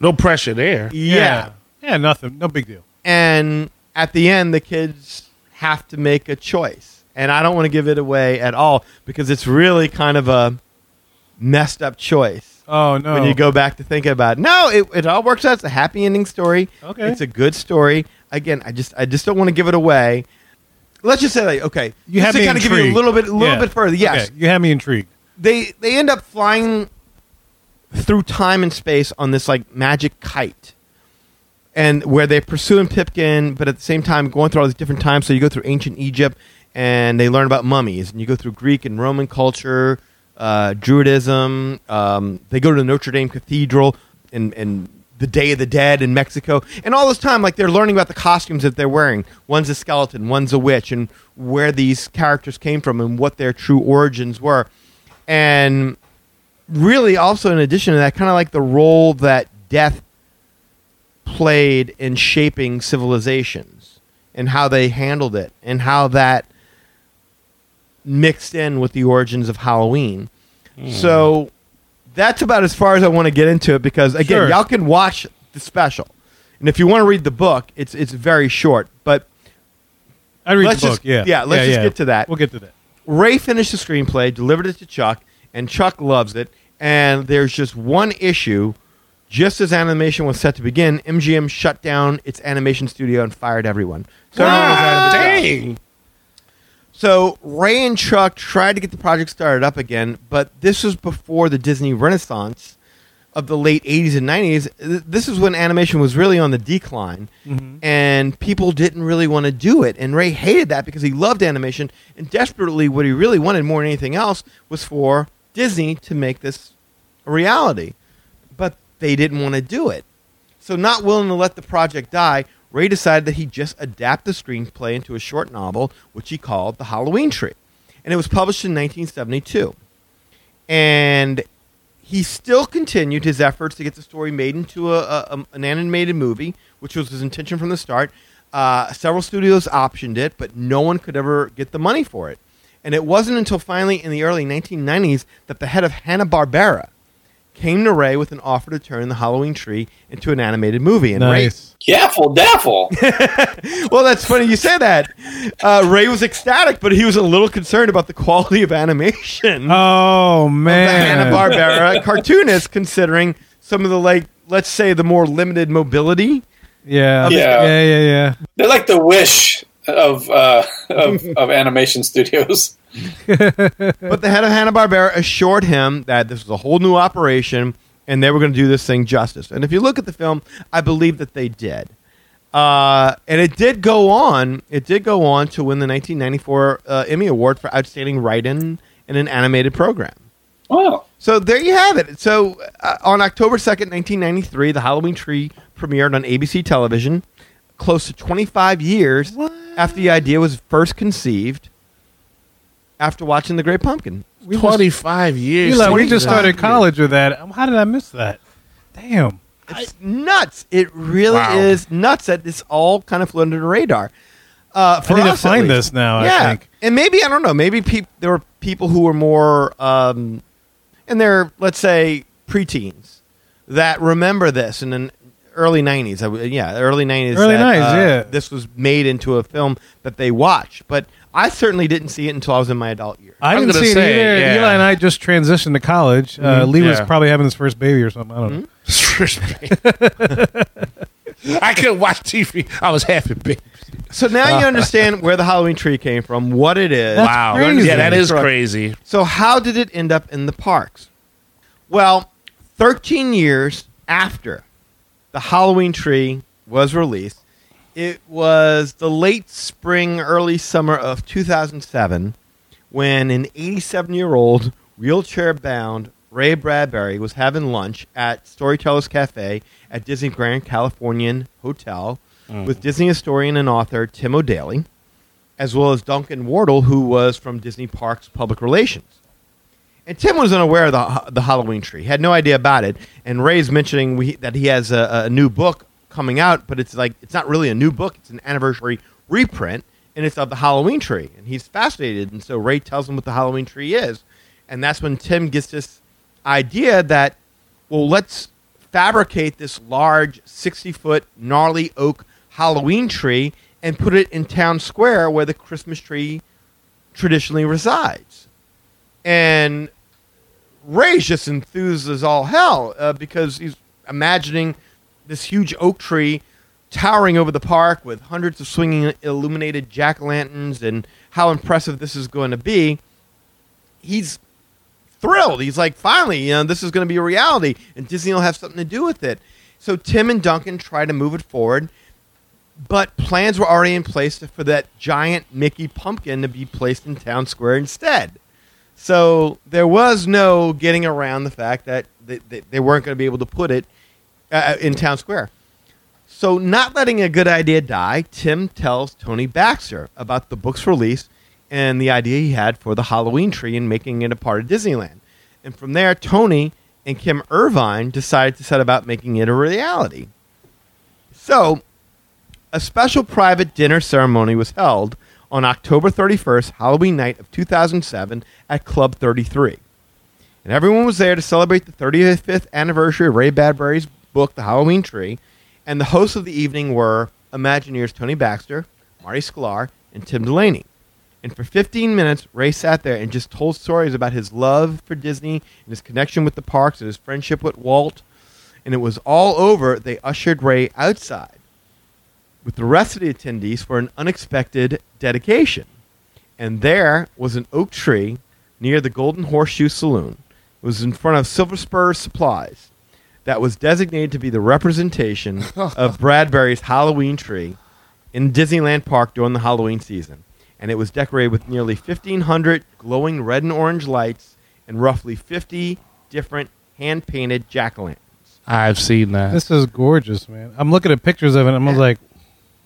S7: No pressure there.
S2: Yeah. Yeah. Nothing. No big deal.
S3: and at the end the kids have to make a choice and i don't want to give it away at all because it's really kind of a messed up choice
S2: Oh no.
S3: when you go back to think about it. no it, it all works out it's a happy ending story
S2: Okay.
S3: it's a good story again i just i just don't want to give it away let's just say like okay
S2: You
S3: just
S2: have
S3: to
S2: me
S3: kind of give you a
S2: intrigued.
S3: little bit a little
S2: Yeah.
S3: bit further yes
S2: Okay, You have me intrigued.
S3: they they end up flying through time and space on this like magic kite and where they're pursuing Pipkin, but at the same time going through all these different times. So you go through ancient Egypt, and they learn about mummies, and you go through Greek and Roman culture, uh, Druidism. Um, they go to Notre Dame Cathedral and and the Day of the Dead in Mexico, and all this time like they're learning about the costumes that they're wearing. One's a skeleton, one's a witch, and where these characters came from and what their true origins were, and really also in addition to that, kind of like the role that death played in shaping civilizations and how they handled it and how that mixed in with the origins of Halloween. So that's about as far as I want to get into it because again,
S2: Sure.
S3: y'all can watch the special. And if you want to read the book, it's it's very short, but
S2: I'd read
S3: Let's
S2: the book.
S3: just-
S2: yeah,
S3: yeah, let's just get to that.
S2: We'll get to that.
S3: Ray finished the screenplay, delivered it to Chuck, and Chuck loves it. And there's just one issue. Just as animation was set to begin, MGM shut down its animation studio and fired everyone. So, everyone was out of a job.
S7: Dang.
S3: so Ray and Chuck tried to get the project started up again, but this was before the Disney Renaissance of the late 80s and 90s. Th- This is when animation was really on the decline, and people didn't really want to do it. And Ray hated that because he loved animation, and desperately, what he really wanted more than anything else was for Disney to make this a reality. But they didn't want to do it. So, not willing to let the project die, Ray decided that he'd just adapt the screenplay into a short novel, which he called The Halloween Tree. And it was published in 1972. And he still continued his efforts to get the story made into a, a- a- an animated movie, which was his intention from the start. Uh, several studios optioned it, but no one could ever get the money for it. And it wasn't until finally in the early 1990s that the head of Hanna-Barbera came to Ray with an offer to turn the Halloween tree into an animated movie. And Ray,
S2: Nice.
S8: Gaffle, daffle.
S3: well, that's funny you say that. Uh, Ray was ecstatic, but he was a little concerned about the quality of animation.
S2: Oh man,
S3: Hanna Barbera cartoonist, considering some of the like, let's say, the more limited mobility.
S2: Yeah.
S8: Yeah.
S2: yeah, yeah, yeah.
S8: They're like the wish of uh, of, of animation studios.
S3: But the head of Hanna Barbera assured him that this was a whole new operation, and they were going to do this thing justice. And if you look at the film, I believe that they did. Uh, and it did go on. It did go on to win the 1994 uh, Emmy Award for Outstanding Writing in an Animated Program.
S8: Wow.
S3: So there you have it. So uh, on October 2nd, 1993, The Halloween Tree premiered on ABC television close to 25 years after the idea was first conceived after watching The Great Pumpkin.
S2: We just-
S7: 25 years.
S2: you like, we just
S7: 25
S2: started college with that. Um, How did I miss that? Damn.
S3: It's nuts. It really
S7: Wow.
S3: is nuts that it's all kind of flew under the radar. Uh, for
S2: I need to
S3: us, at
S2: find
S3: least.
S2: this now.
S3: yeah.
S2: I think.
S3: And maybe I don't know. Maybe peop there were people who were more um, in their let's say preteens that remember this in the early nineties. Yeah, early nineties. uh,
S2: Early 90s, yeah.
S3: This was made into a film that they watched, but I certainly didn't see it until I was in my adult years.
S2: I
S7: I'm
S2: didn't
S7: gonna
S2: see
S7: say,
S2: it either.
S7: yeah.
S2: Eli and I just transitioned to college. Uh, Lee was
S7: yeah.
S2: probably having his first baby or something. I don't know.
S7: I couldn't watch TV. I was half a baby.
S3: So now you understand where the Halloween tree came from, what it is.
S2: That's crazy.
S7: Yeah, that is crazy.
S3: So, how did it end up in the parks? Well, 13 years after the Halloween tree was released, it was the late spring, early summer of 2007 when an 87 year old wheelchair bound Ray Bradbury was having lunch at Storytellers Cafe at Disney Grand Californian Hotel with Disney historian and author Tim O'Daly as well as Duncan Wardle, who was from Disney Parks Public Relations. And Tim was unaware of the, the Halloween tree, had no idea about it. And Ray's mentioning we, that he has a, a new book coming out, but it's like it's not really a new book; it's an anniversary reprint, and it's of the Halloween tree. And he's fascinated, and so Ray tells him what the Halloween tree is, and that's when Tim gets this idea that, well, let's fabricate this large sixty-foot gnarly oak Halloween tree and put it in town square where the Christmas tree traditionally resides and Ray's just enthused as all hell uh, because he's imagining this huge oak tree towering over the park with hundreds of swinging illuminated jack o' lanterns and how impressive this is going to be. He's thrilled. He's like, finally, you know, this is going to be a reality, and Disney will have something to do with it. So Tim and Duncan try to move it forward, but plans were already in place to- for that giant Mickey pumpkin to be placed in town square instead. So there was no getting around the fact that they, they, they weren't going to be able to put it uh, in town square. So, not letting a good idea die, Tim tells Tony Baxter about the book's release and the idea he had for the Halloween tree and making it a part of Disneyland. And from there, Tony and Kim Irvine decided to set about making it a reality. So, a special private dinner ceremony was held on October 31st, Halloween night of 2007, at Club 33 and everyone was there to celebrate the 35th anniversary of Ray Bradbury's book, The Halloween Tree. And the hosts of the evening were Imagineers Tony Baxter, Marty Sklar, and Tim Delaney. And for 15 minutes, Ray sat there and just told stories about his love for Disney and his connection with the parks and his friendship with Walt. And it was all over. They ushered Ray outside with the rest of the attendees for an unexpected dedication and there was an oak tree near the Golden Horseshoe Saloon. It was in front of Silver Spur Supplies that was designated to be the representation of Bradbury's Halloween tree in Disneyland Park during the Halloween season. And it was decorated with nearly 1,500 glowing red and orange lights and roughly 50 different hand painted jack o' lanterns.
S7: I've seen that.
S2: This is gorgeous, man. I'm looking at pictures of it. I'm like,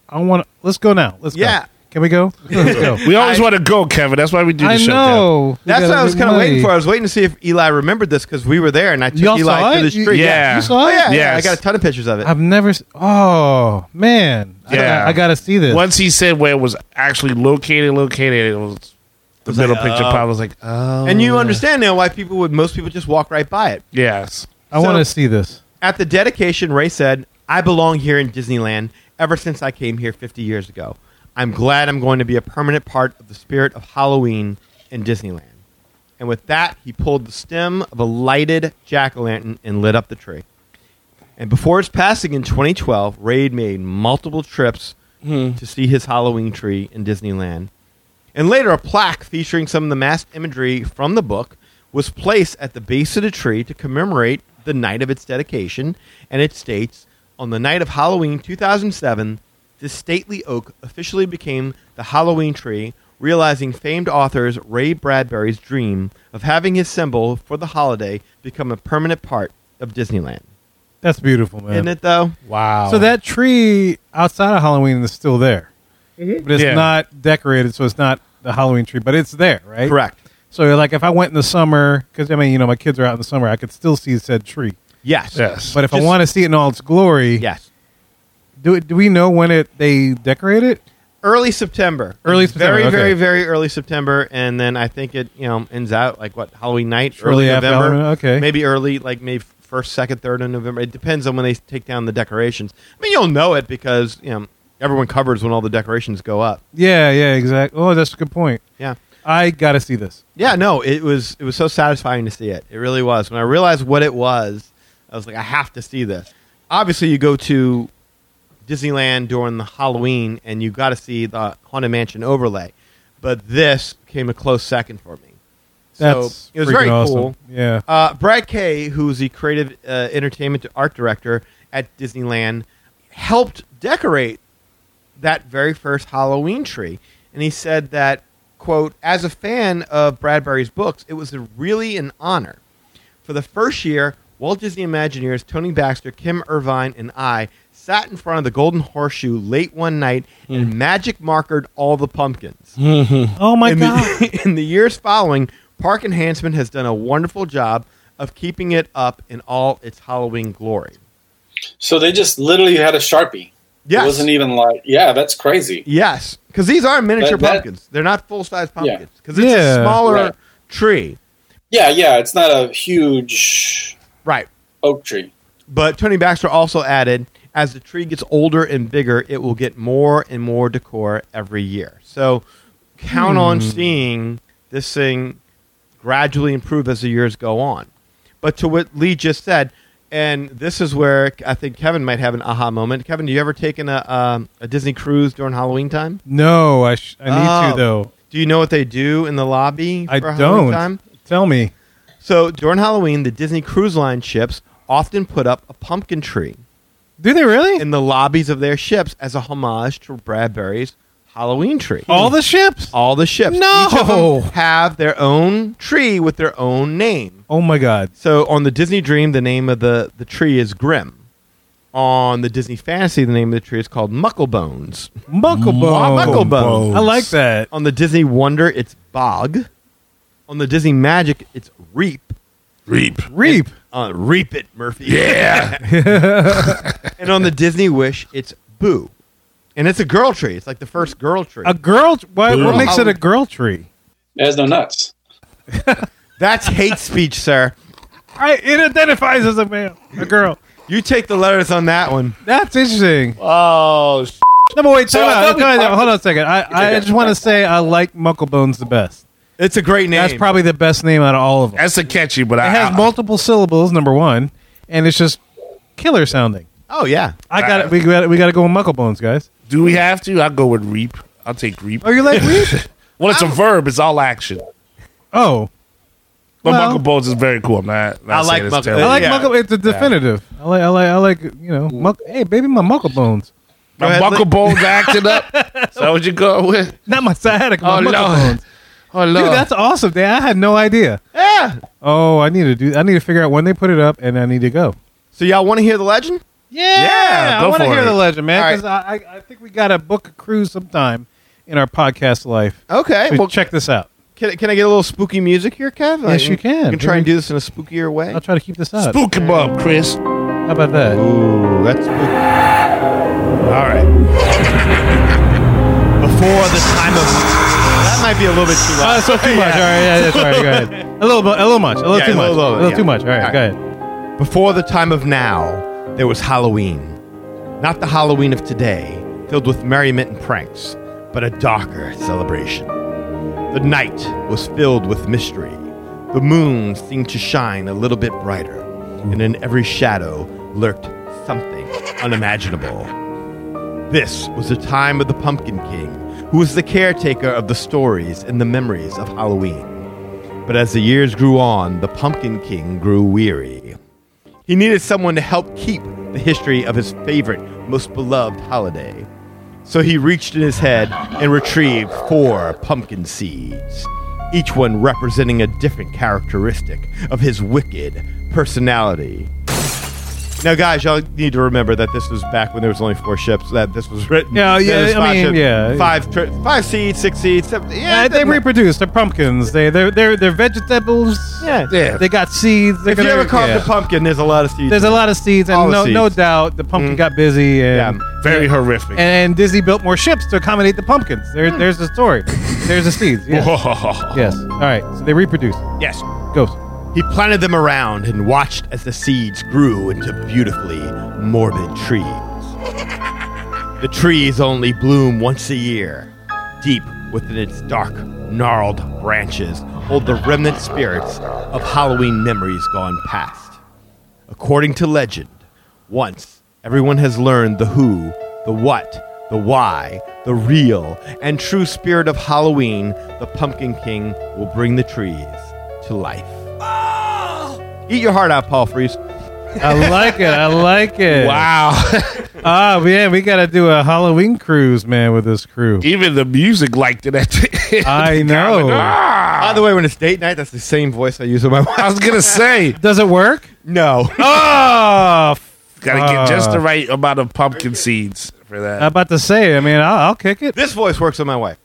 S2: I want. Let's go now. Let's
S3: Yeah.
S2: go. Can we go? Let's go.
S7: we always want to go, Kevin. That's why we do the
S2: I
S7: show.
S2: know. We
S3: That's
S2: gotta
S3: what I was
S2: make
S3: kind of
S2: money.
S3: waiting for. I was waiting to see if Eli remembered this because we were there and I took
S2: Y'all saw
S3: Eli to
S2: it?
S3: the
S2: You-
S3: street.
S7: Yeah.
S2: You saw
S3: Oh,
S2: it?
S3: yeah, yeah. I
S7: Yes.
S3: got a ton of pictures of it.
S2: I've never. s- Oh man. I-
S7: Yeah.
S2: I, gotta see this.
S7: Kevin. Once he said where it was actually located, located, it was the
S3: was
S7: middle
S3: like,
S7: picture.
S3: oh.
S7: Probably was like, oh,
S3: And you understand now why people would most people just walk right by it.
S7: yes.
S2: I want to see this.
S3: At the dedication, Ray said, "I belong here in Disneyland. Ever since I came here 50 years ago, I'm glad I'm going to be a permanent part of the spirit of Halloween in Disneyland." And with that, he pulled the stem of a lighted jack o' lantern and lit up the tree. And before its passing in 2012, Ray made multiple trips to see his Halloween tree in Disneyland. And later, a plaque featuring some of the masked imagery from the book was placed at the base of the tree to commemorate the night of its dedication. And it states On the night of Halloween 2007, this stately oak officially became the Halloween tree, realizing famed authors Ray Bradbury's dream of having his symbol for the holiday become a permanent part of Disneyland.
S2: That's beautiful, man.
S3: Isn't it, though?
S7: Wow.
S2: So that tree outside of Halloween is still there, but it's
S7: Yeah.
S2: not decorated, so it's not the Halloween tree, but it's there, right?
S3: Correct.
S2: So, like, if I went in the summer, because I mean, you know, my kids are out in the summer, I could still see said tree.
S3: Yes.
S7: Yes.
S2: But if I
S3: Just-
S2: want to see it in all its glory,
S3: Yes.
S2: Do do we know when it they decorate it?
S3: early September.
S2: Early September,
S3: Very,
S2: okay.
S3: very, very early September, and then I think it you know ends out like what Halloween night,
S2: Shortly
S3: early
S2: after
S3: November.
S2: Halloween, okay.
S3: maybe early like maybe first, second, third of November. It depends on when they take down the decorations. I mean, you'll know it because you know everyone covers when all the decorations go up.
S2: Yeah, yeah, exactly. Oh, that's a good point.
S3: Yeah.
S2: I gotta see this.
S3: Yeah, no, it was it was so satisfying to see it. It really was. When I realized what it was, I was like, I have to see this. Obviously, you go to Disneyland during the Halloween, and you got to see the Haunted Mansion overlay. But this came a close second for me.
S2: That's
S3: so it was
S2: freaking
S3: very
S2: awesome.
S3: cool.
S2: Yeah,
S3: Uh, Brad Kay, who's the creative uh, entertainment art director at Disneyland, helped decorate that very first Halloween tree. And he said that, quote, as a fan of Bradbury's books, it was a really an honor. For the first year, Walt Disney Imagineers, Tony Baxter, Kim Irvine, and I sat in front of the Golden Horseshoe late one night and magic markered all the pumpkins.
S2: Oh my
S3: in
S2: god!
S3: the, in the years following, Park Enhancement has done a wonderful job of keeping it up in all its Halloween glory.
S8: So they just literally had a sharpie.
S3: Yes.
S8: It wasn't even like, yeah, that's crazy.
S3: Yes, because these are miniature
S8: That- that-
S3: pumpkins. They're not full size pumpkins because it's
S2: Yeah.
S3: a smaller
S8: Right.
S3: tree.
S8: Yeah, yeah, it's not a huge
S3: Right.
S8: oak tree.
S3: But Tony Baxter also added, as the tree gets older and bigger, it will get more and more decor every year. So count on
S2: Hmm.
S3: seeing this thing gradually improve as the years go on. But to what Lee just said, and this is where I think Kevin might have an aha moment. Kevin, do you ever taken a, um, a Disney cruise during Halloween time?
S2: No, I sh- I need
S3: Oh.
S2: to though.
S3: Do you know what they do in the lobby
S2: I
S3: for Halloween
S2: don't.
S3: time?
S2: Tell me.
S3: So during Halloween, the Disney Cruise Line ships often put up a pumpkin tree
S2: Do they really?
S3: in the lobbies of their ships as a homage to Bradbury's Halloween tree.
S2: All the ships?
S3: All the ships.
S2: No!
S3: Each of them have their own tree with their own name.
S2: Oh my god.
S3: So on the Disney Dream, the name of the, the tree is Grim. On the Disney Fantasy, the name of the tree is called Mucklebones.
S2: Mucklebone.
S3: Mucklebones.
S2: I like that.
S3: On the Disney Wonder, it's Bog. On the Disney Magic, it's Reap.
S9: Reap.
S2: Reap.
S3: Uh, reap it, Murphy. Yeah. and on the Disney Wish, it's Boo. And it's a girl tree. It's like the first girl tree.
S2: A girl why, what makes it a
S3: Halloween.
S2: girl tree?
S8: It has no nuts.
S3: That's hate speech, sir.
S2: I it identifies as a male. A girl.
S3: You take the letters on that one.
S2: That's interesting.
S7: Oh, sh-
S2: No, but wait, time
S8: I
S2: out.
S8: thought we
S2: Time out.
S8: talked-
S2: Hold on a second. I, I
S8: okay.
S2: just want to say I like Mucklebones the best.
S3: It's a great name.
S2: That's probably the best name out of all of them.
S7: that's a catchy, but I
S2: It has
S7: I-
S2: multiple syllables, number one, and it's just killer sounding.
S3: Oh yeah.
S2: I got it. We got it. We got to go with Mucklebones, guys.
S7: Do we have to? I'll go with reap. I'll take reap.
S2: Oh, you like Reap?
S7: Well, it's a verb. It's all action.
S2: Oh,
S7: But
S2: Well-
S7: Muckle Bones is very cool. I'm not, not
S3: I like
S7: saying it's
S3: Muckle-
S2: I
S7: terrible.
S2: like
S3: Yeah.
S2: Muckle. It's a definitive. I like. I like. I like. You know, muck, hey, baby, my Mucklebones,
S7: My
S3: ahead,
S7: Muckle Bones acting up. Is that what you going with?
S2: not my sciatic, my
S7: Oh, no.
S2: Mucklebones.
S7: Oh,
S2: Dude,
S7: Lord.
S2: that's awesome. Dan. I had no idea.
S3: Yeah.
S2: Oh, I need to do. I need to figure out when they put it up, and I need to go.
S3: So y'all want to hear the legend?
S2: Yeah,
S7: Yeah,
S2: I
S7: go
S2: want to
S7: for
S2: hear
S7: it.
S2: the legend, man.
S3: All
S2: Because I, I, I think we got to book a cruise sometime in our podcast life.
S3: Okay.
S2: So
S3: Well,
S2: check this out.
S3: can, can I get a little spooky music here, Kev?
S2: Yes, you can.
S3: You can try and do this in a spookier way.
S2: I'll try to keep this up.
S7: Spook him up, Chris.
S2: How about that?
S3: Ooh, that's spooky.
S7: All right.
S3: Before the time of. That might be a little bit too
S2: Oh,
S3: loud.
S2: that's not too much. All right, yeah, that's all right. Go ahead. A little, bu- a little much. A little
S3: Yeah,
S2: too
S3: a
S2: much.
S3: little,
S2: a
S3: little,
S2: little
S3: yeah.
S2: too much. All right,
S3: All right.
S2: go ahead. Uh,
S3: Before the time of now, there was Halloween. Not the Halloween of today, filled with merriment and pranks, but a darker celebration. The night was filled with mystery. The moon seemed to shine a little bit brighter, and in every shadow lurked something unimaginable. This was the time of the Pumpkin King, who was the caretaker of the stories and the memories of Halloween. But as the years grew on, the Pumpkin King grew weary. He needed someone to help keep the history of his favorite, most beloved holiday. So he reached in his head and retrieved four pumpkin seeds, each one representing a different characteristic of his wicked personality. Now, guys, y'all need to remember that this was back when there was only four ships. That this was written.
S2: Yeah,
S3: that
S2: yeah,
S3: there's
S2: I
S3: five
S2: mean,
S3: ships,
S2: yeah.
S3: five, tri- five seeds, six seeds, seven. Yeah,
S2: Uh,
S3: it
S2: they
S3: doesn't-
S2: reproduce. They're pumpkins. They, they're, they're, they're vegetables.
S3: yeah.
S7: Yeah.
S2: They got seeds. They're
S3: If you
S2: gonna-
S3: ever carved
S2: yeah.
S3: a pumpkin, there's a lot of seeds.
S2: there's a lot of seeds, and
S3: All the
S2: no, no
S3: seeds.
S2: doubt the pumpkin got busy, and,
S3: Mm. Yeah.
S7: Very horrific.
S2: and Disney built more ships to accommodate the pumpkins. There,
S3: Hmm.
S2: There's the story. there's the seeds. Yes. yes. All right. So they reproduce.
S7: yes.
S2: Ghosts.
S3: He planted them around and watched as the seeds grew into beautifully morbid trees. The trees only bloom once a year. Deep within its dark, gnarled branches hold the remnant spirits of Halloween memories gone past. According to legend, once everyone has learned the who, the what, the why, the real and true spirit of Halloween, the Pumpkin King will bring the trees to life. Eat your heart out, Paul Freeze.
S2: I like it. I like it.
S7: Wow.
S2: Ah, man, we got to do a Halloween cruise, man, with this crew.
S7: Even the music liked it at the end. Ah,
S2: I know.
S3: By the way, when it's date night, that's the same voice I use with my
S7: I
S3: wife.
S7: was going to say,
S2: Does it work?
S3: No. Ah.
S2: Oh,
S7: got to
S2: Uh.
S7: get just the right amount of pumpkin seeds for
S2: I'm
S7: that.
S2: about to say. I mean, I'll, I'll kick it.
S3: this voice works with my wife.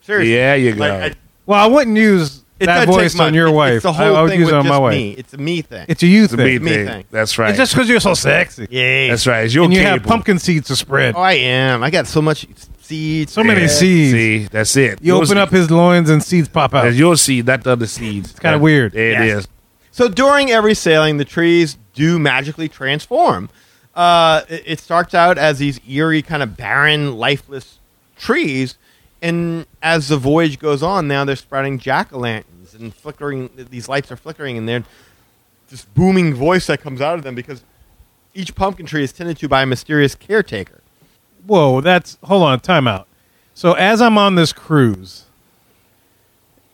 S3: Seriously.
S7: Yeah, you go.
S3: Like, I-
S2: Well, I wouldn't use
S3: it
S2: that
S3: doesn't take
S2: voice
S3: much.
S2: on your
S3: It's-
S2: wife.
S3: It's the whole
S2: I, I would
S3: thing
S2: use
S3: with
S2: it on my
S3: just
S2: wife.
S3: me. It's a me thing.
S2: It's a you
S7: It's a
S2: thing.
S7: me
S3: me
S7: thing.
S3: thing.
S7: That's right.
S2: It's just because you're so sexy.
S3: yeah.
S7: That's right. It's your
S2: and you have
S7: cable.
S2: pumpkin seeds to spread.
S3: Oh, I am. I got so much seeds.
S2: so many
S7: Yeah.
S2: seeds.
S7: See, that's it.
S2: You
S7: Yours-
S2: open up his loins and seeds pop out.
S7: That's your seed, not the other seeds. It's
S2: kinda weird.
S7: There it
S3: Yes.
S7: is.
S3: So during every sailing, the trees do magically transform. Uh, it, it starts out as these eerie, kind of barren, lifeless trees, and as the voyage goes on, now they're sprouting jack o' lanterns and flickering. These lights are flickering, and they're this booming voice that comes out of them because each pumpkin tree is tended to by a mysterious caretaker.
S2: Whoa, that's hold on, time out. So as I'm on this cruise,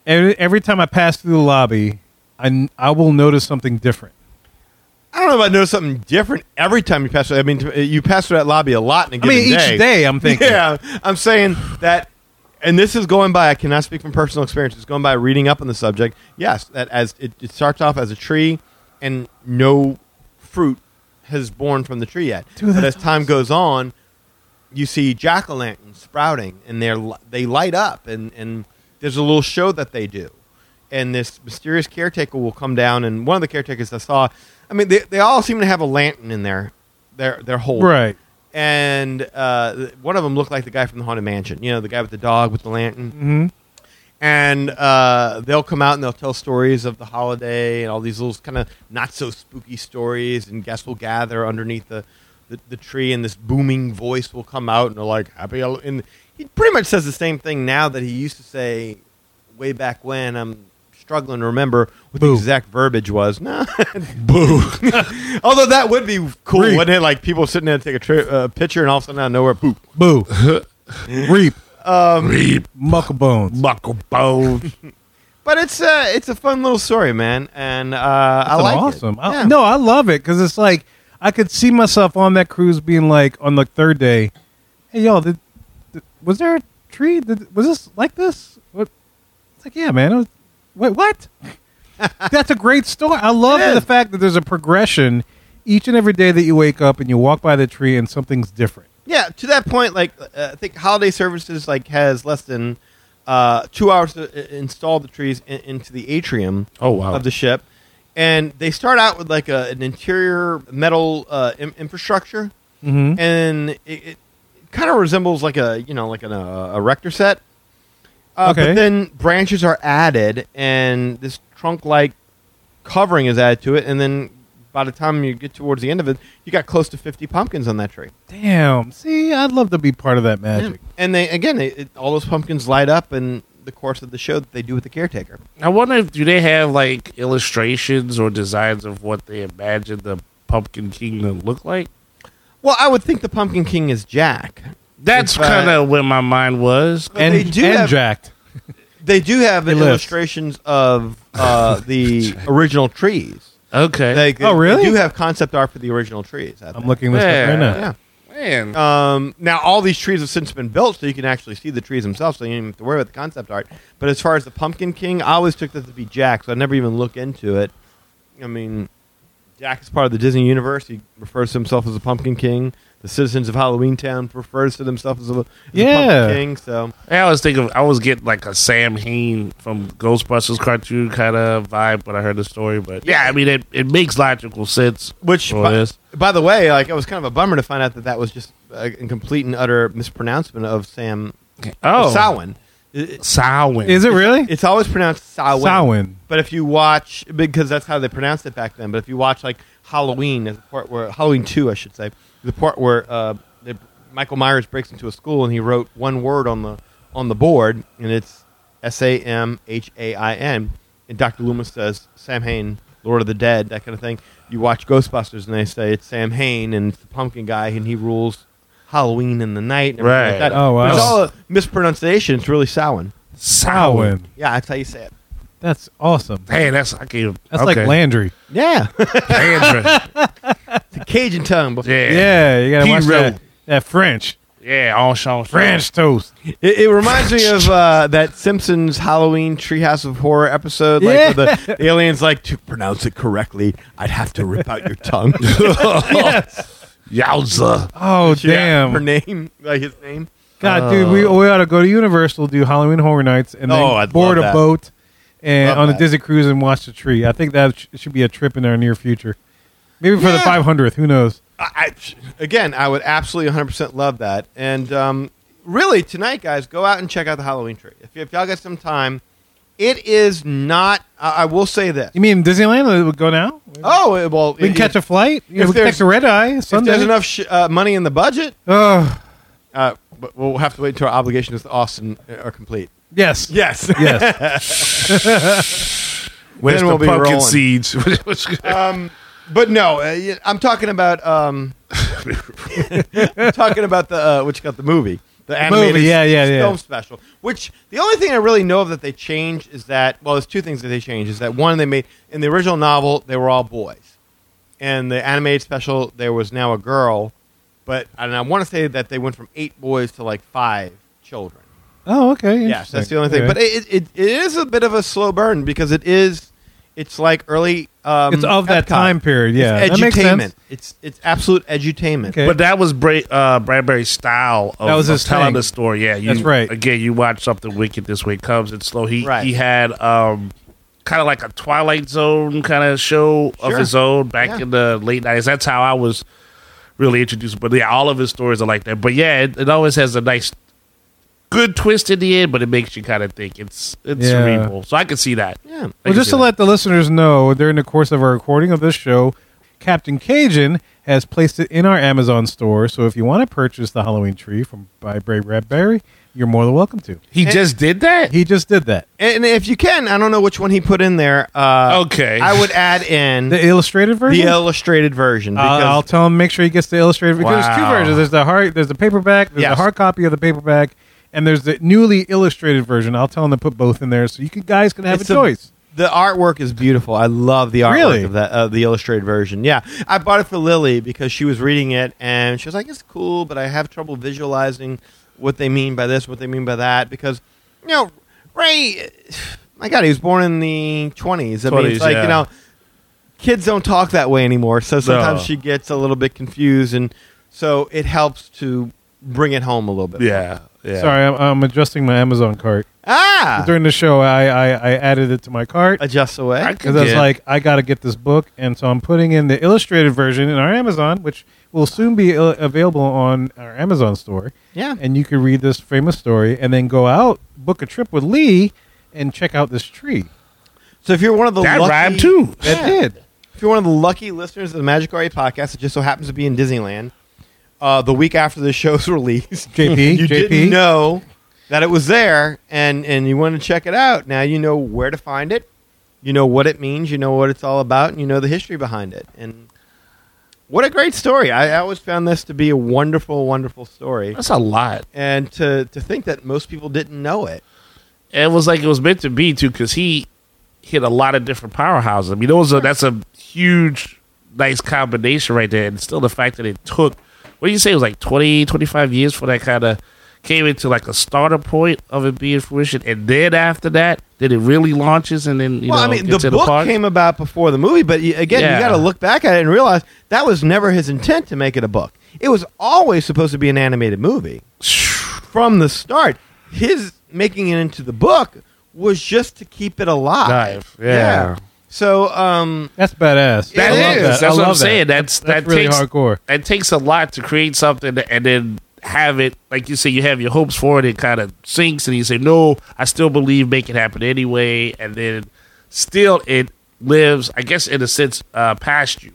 S2: every, every time I pass through the lobby, I, I will notice something different.
S3: I don't know if I noticed something different every time you pass. through- I mean, t- you pass through that lobby a lot in a
S2: I
S3: given
S2: mean, each day I'm thinking.
S3: Yeah, I'm saying that, and this is going by. I cannot speak from personal experience. It's going by reading up on the subject. Yes, that as it, it starts off as a tree, and no fruit has borne from the tree yet.
S2: Dude,
S3: but
S2: that-
S3: as time goes on, you see jack o' lanterns sprouting, and they're li- they light up, and and there's a little show that they do, and this mysterious caretaker will come down, and one of the caretakers I saw, I mean, they they all seem to have a lantern in their their their hold,
S2: Right.
S3: and uh, th- one of them looked like the guy from the haunted mansion. You know, the guy with the dog with the lantern. Mm-hmm. And uh, they'll come out and they'll tell stories of the holiday and all these little kind of not so spooky stories. And guests will gather underneath the, the, the tree, and this booming voice will come out and they're like, "Happy." Hall-" And he pretty much says the same thing now that he used to say way back when. I'm struggling to remember what the
S2: Boo.
S3: exact verbiage was. No, boo. Although that would be cool,
S2: Reap.
S3: wouldn't it? Like people sitting there to take a tri- uh, picture, and all of a sudden out of nowhere, poop.
S2: Boo. Reap. Reap. Mucklebones.
S7: Mucklebone.
S3: But it's uh, it's a fun little story, man, and uh, I
S2: That's
S3: like
S2: awesome.
S3: it.
S2: I-
S3: Yeah.
S2: no, I love it because it's like I could see myself on that cruise being like on the third day, hey y'all, did, did- was there a tree? Did, was this like this? What? It's like yeah, man. It was, wait, what? That's a great story. I love
S3: It is.
S2: the fact that there's a progression each and every day that you wake up and you walk by the tree and something's different.
S3: yeah. To that point, like uh, I think holiday services like has less than uh, two hours to i- install the trees in- into the atrium.
S7: Oh, wow.
S3: of the ship, and they start out with like a, an interior metal uh, im- infrastructure,
S2: Mhm.
S3: Mm-hmm. and it, it kind of resembles like a you know like an, uh, a rector set. Uh,
S2: Okay.
S3: But then branches are added, and this trunk-like covering is added to it, and then by the time you get towards the end of it, you got close to fifty pumpkins on that tree.
S2: Damn. See, I'd love to be part of that magic.
S3: And they again, they, it, all those pumpkins light up in the course of the show that they do with the caretaker.
S7: I wonder if do they have like illustrations or designs of what they imagine the Pumpkin King to look like?
S3: Well, I would think the Pumpkin King is Jack.
S7: That's
S3: If, uh,
S7: kind of where my mind was.
S3: But
S2: And,
S3: they do
S2: and
S3: have-
S2: jacked.
S3: They do have
S2: They list.
S3: illustrations of uh, the original trees.
S7: Okay,
S3: Like,
S2: Oh,
S3: they-
S2: really?
S3: They do have concept art for the original trees. I
S2: I'm
S3: think.
S2: looking this up right now.
S3: Yeah.
S7: man,
S3: Um, now, all these trees have since been built, so you can actually see the trees themselves, so you don't even have to worry about the concept art. But as far as the Pumpkin King, I always took that to be Jack, so I never even look into it. I mean, Jack is part of the Disney universe. He refers to himself as the Pumpkin King. The citizens of Halloween Town refers to themselves as a, as a
S2: Yeah.
S3: Pumpkin King. So
S7: I always think of I was getting like a Sam Hain from Ghostbusters cartoon kind of vibe when I heard the story. But yeah, I mean it, it makes logical sense.
S3: Which,
S7: for
S3: by,
S7: this.
S3: by the way, like it was kind of a bummer to find out that that was just a a complete and utter mispronouncement of Sam
S7: oh
S3: Samhain. It-
S7: Samhain.
S2: Is it really?
S3: It's always pronounced Samhain.
S2: Samhain.
S3: But if you watch, because that's how they pronounced it back then. But if you watch like Halloween, the part where Halloween two, I should say, the part where uh, the, Michael Myers breaks into a school and he wrote one word on the on the board, and it's S A M H A I N, and Dr. Loomis says Sam Hain, Lord of the Dead, that kind of thing. You watch Ghostbusters and they say it's Sam Hain and it's the pumpkin guy and he rules Halloween in the night. And everything
S7: Right.
S3: Like that.
S2: Oh, wow.
S3: But It's all a mispronunciation. It's really Samhain.
S7: Samhain?
S3: Yeah, that's how you say it.
S2: That's awesome.
S7: Hey, that's I can
S2: That's like Landry.
S3: Yeah.
S7: Landry.
S3: the Cajun tongue. but-
S7: yeah, yeah,
S2: Yeah, you gotta watch
S7: Hero.
S2: that, that French.
S7: yeah. All Sean
S2: French toast.
S3: It, it reminds me of uh, that Simpsons Halloween Treehouse of Horror episode. Like,
S2: Yeah.
S3: where the aliens like to pronounce it correctly. I'd have to rip out your tongue.
S7: Yowza.
S2: Oh damn!
S3: her name, like his name.
S2: God, dude, we we ought to go to Universal, do Halloween Horror Nights, and then
S3: Oh, I'd love
S2: board a
S3: that.
S2: boat and
S3: Love
S2: on a
S3: that.
S2: Disney cruise and watch the tree. I think that sh- should be a trip in our near future. Maybe for the
S3: Yeah.
S2: 500th. Who knows?
S3: I, I- again, I would absolutely 100% love that. And um, really, tonight, guys, go out and check out the Halloween tree. If, if y'all got some time, it is not. I, I will say this.
S2: You mean Disneyland would go now?
S3: Oh it- well,
S2: We can
S3: it-
S2: catch a flight. Yeah,
S3: if
S2: we can
S3: there's-
S2: catch a red eye
S3: if
S2: Sunday.
S3: there's enough sh- uh, money in the budget.
S2: Oh,
S3: Uh, but we'll have to wait until our obligations to Austin uh, are complete.
S2: yes.
S3: Yes.
S2: Yes.
S7: Where's
S3: Then we'll
S7: the
S3: be
S7: pumpkin
S3: rolling.
S7: seeds?
S3: But no, uh, y- I'm talking about um, I'm talking about the uh, what you got the movie, the animated
S2: movie, yeah, yeah, yeah.
S3: film special. Which the only thing I really know of that they changed is that well, there's two things that they changed. Is that one they made in the original novel they were all boys, and the animated special there was now a girl, but and I want to say that they went from eight boys to like five children.
S2: Oh, okay.
S3: Yes,
S2: interesting.
S3: that's the only thing.
S2: Okay.
S3: But it, it it is a bit of a slow burn because it is. It's like early. Um,
S2: it's of that
S3: Epcot.
S2: time period. Yeah,
S3: It's
S2: that makes sense.
S3: edutainment. It's it's absolute edutainment.
S2: Okay.
S7: But that was Bra- uh, Bradbury's style of,
S2: That was
S7: of
S2: his
S7: telling
S2: thing.
S7: the story. Yeah, you,
S2: That's right.
S7: Again, you watch something wicked this way comes. It's slow. He
S3: Right.
S7: he had um, kind of like a Twilight Zone kind of show of
S3: Sure.
S7: his own back
S3: Yeah.
S7: in the late nineties. That's how I was really introduced. But yeah, all of his stories are like that. But yeah, it, it always has a nice, good twist in the end. But it makes you kind of think. It's it's
S2: Yeah.
S7: cerebral. So I can see that.
S3: Yeah.
S7: I
S2: Well,
S7: can
S2: just
S7: see
S2: to
S7: that.
S2: let the listeners know, during the course of our recording of this show, Captain Cajun has placed it in our Amazon store. So if you want to purchase the Halloween tree from by Bray Bradbury, you're more than welcome to.
S7: he just did that.
S2: He just did that.
S3: And if you can, I don't know which one he put in there. Uh,
S7: okay,
S3: I would add in
S2: The
S3: the,
S2: illustrated version. Uh,
S3: illustrated version
S2: I'll-
S3: because
S2: I'll tell him make sure he gets the illustrated because there's two
S7: Wow.
S2: versions. There's the hard, there's the paperback, there's
S3: Yes.
S2: the hard copy of the paperback, and there's the newly illustrated version. I'll tell him to put both in there so you can, guys can have
S3: It's
S2: a
S3: a-
S2: choice.
S3: the artwork is beautiful. I love the artwork
S2: Really?
S3: of that of the illustrated version. Yeah, I bought it for Lily because she was reading it and she was like, "It's cool, but I have trouble visualizing what they mean by this, what they mean by that." Because you know, Ray, my God, he was born in the twenties. I mean,
S7: 20s,
S3: it's like
S7: yeah.
S3: you know, kids don't talk that way anymore. So sometimes
S7: No.
S3: she gets a little bit confused, and so it helps to bring it home a little bit.
S7: yeah, yeah.
S2: Sorry, I'm, I'm adjusting my Amazon cart.
S3: Ah,
S2: During the show, I, I, I added it to my cart.
S3: adjust away.
S7: I
S2: because I was
S7: Yeah.
S2: like, I got to get this book, and so I'm putting in the illustrated version in our Amazon, which will soon be uh, available on our Amazon store.
S3: Yeah.
S2: and you can read this famous story, and then go out, book a trip with Lee, and check out this tree.
S3: So if you're one of the
S7: That
S3: lucky,
S7: rhymed too.
S2: That
S3: Yeah.
S2: did.
S3: If you're one of the lucky listeners of the Magic Ari podcast, it just so happens to be in Disneyland, uh, the week after the show's release,
S2: JP,
S3: you
S2: JP?
S3: didn't know that it was there, and and you want to check it out. Now you know where to find it, you know what it means, you know what it's all about, and you know the history behind it. And what a great story! I, I always found this to be a wonderful, wonderful story,
S7: That's a lot.
S3: and to to think that most people didn't know it.
S7: And it was like it was meant to be too, because he hit a lot of different powerhouses. I mean, those are, that's a huge, nice combination right there. And still, the fact that it took what do you say it was like 20, 25 years for that kind of came into like a starter point of it being fruition, and then after that, then it really launches, and then you
S3: well,
S7: know,
S3: I mean,
S7: gets
S3: the
S7: in the
S3: book
S7: park.
S3: came about before the movie, but you, again,
S7: Yeah.
S3: you got to look back at it and realize that was never his intent to make it a book. It was always supposed to be an animated movie from the start. His making it into the book was just to keep it alive.
S7: Alive, yeah.
S3: So, um,
S2: That's badass.
S7: That
S2: I
S7: is.
S2: love that.
S7: That's
S2: I
S7: what I'm
S2: love that.
S7: saying. That's,
S2: That's
S7: that
S2: really
S7: takes,
S2: hardcore.
S7: It takes a lot to create something and then have it like you say. You have your hopes for it. It kind of sinks, and you say, "No, I still believe. Make it happen anyway." And then still, it lives. I guess in a sense, uh, past you.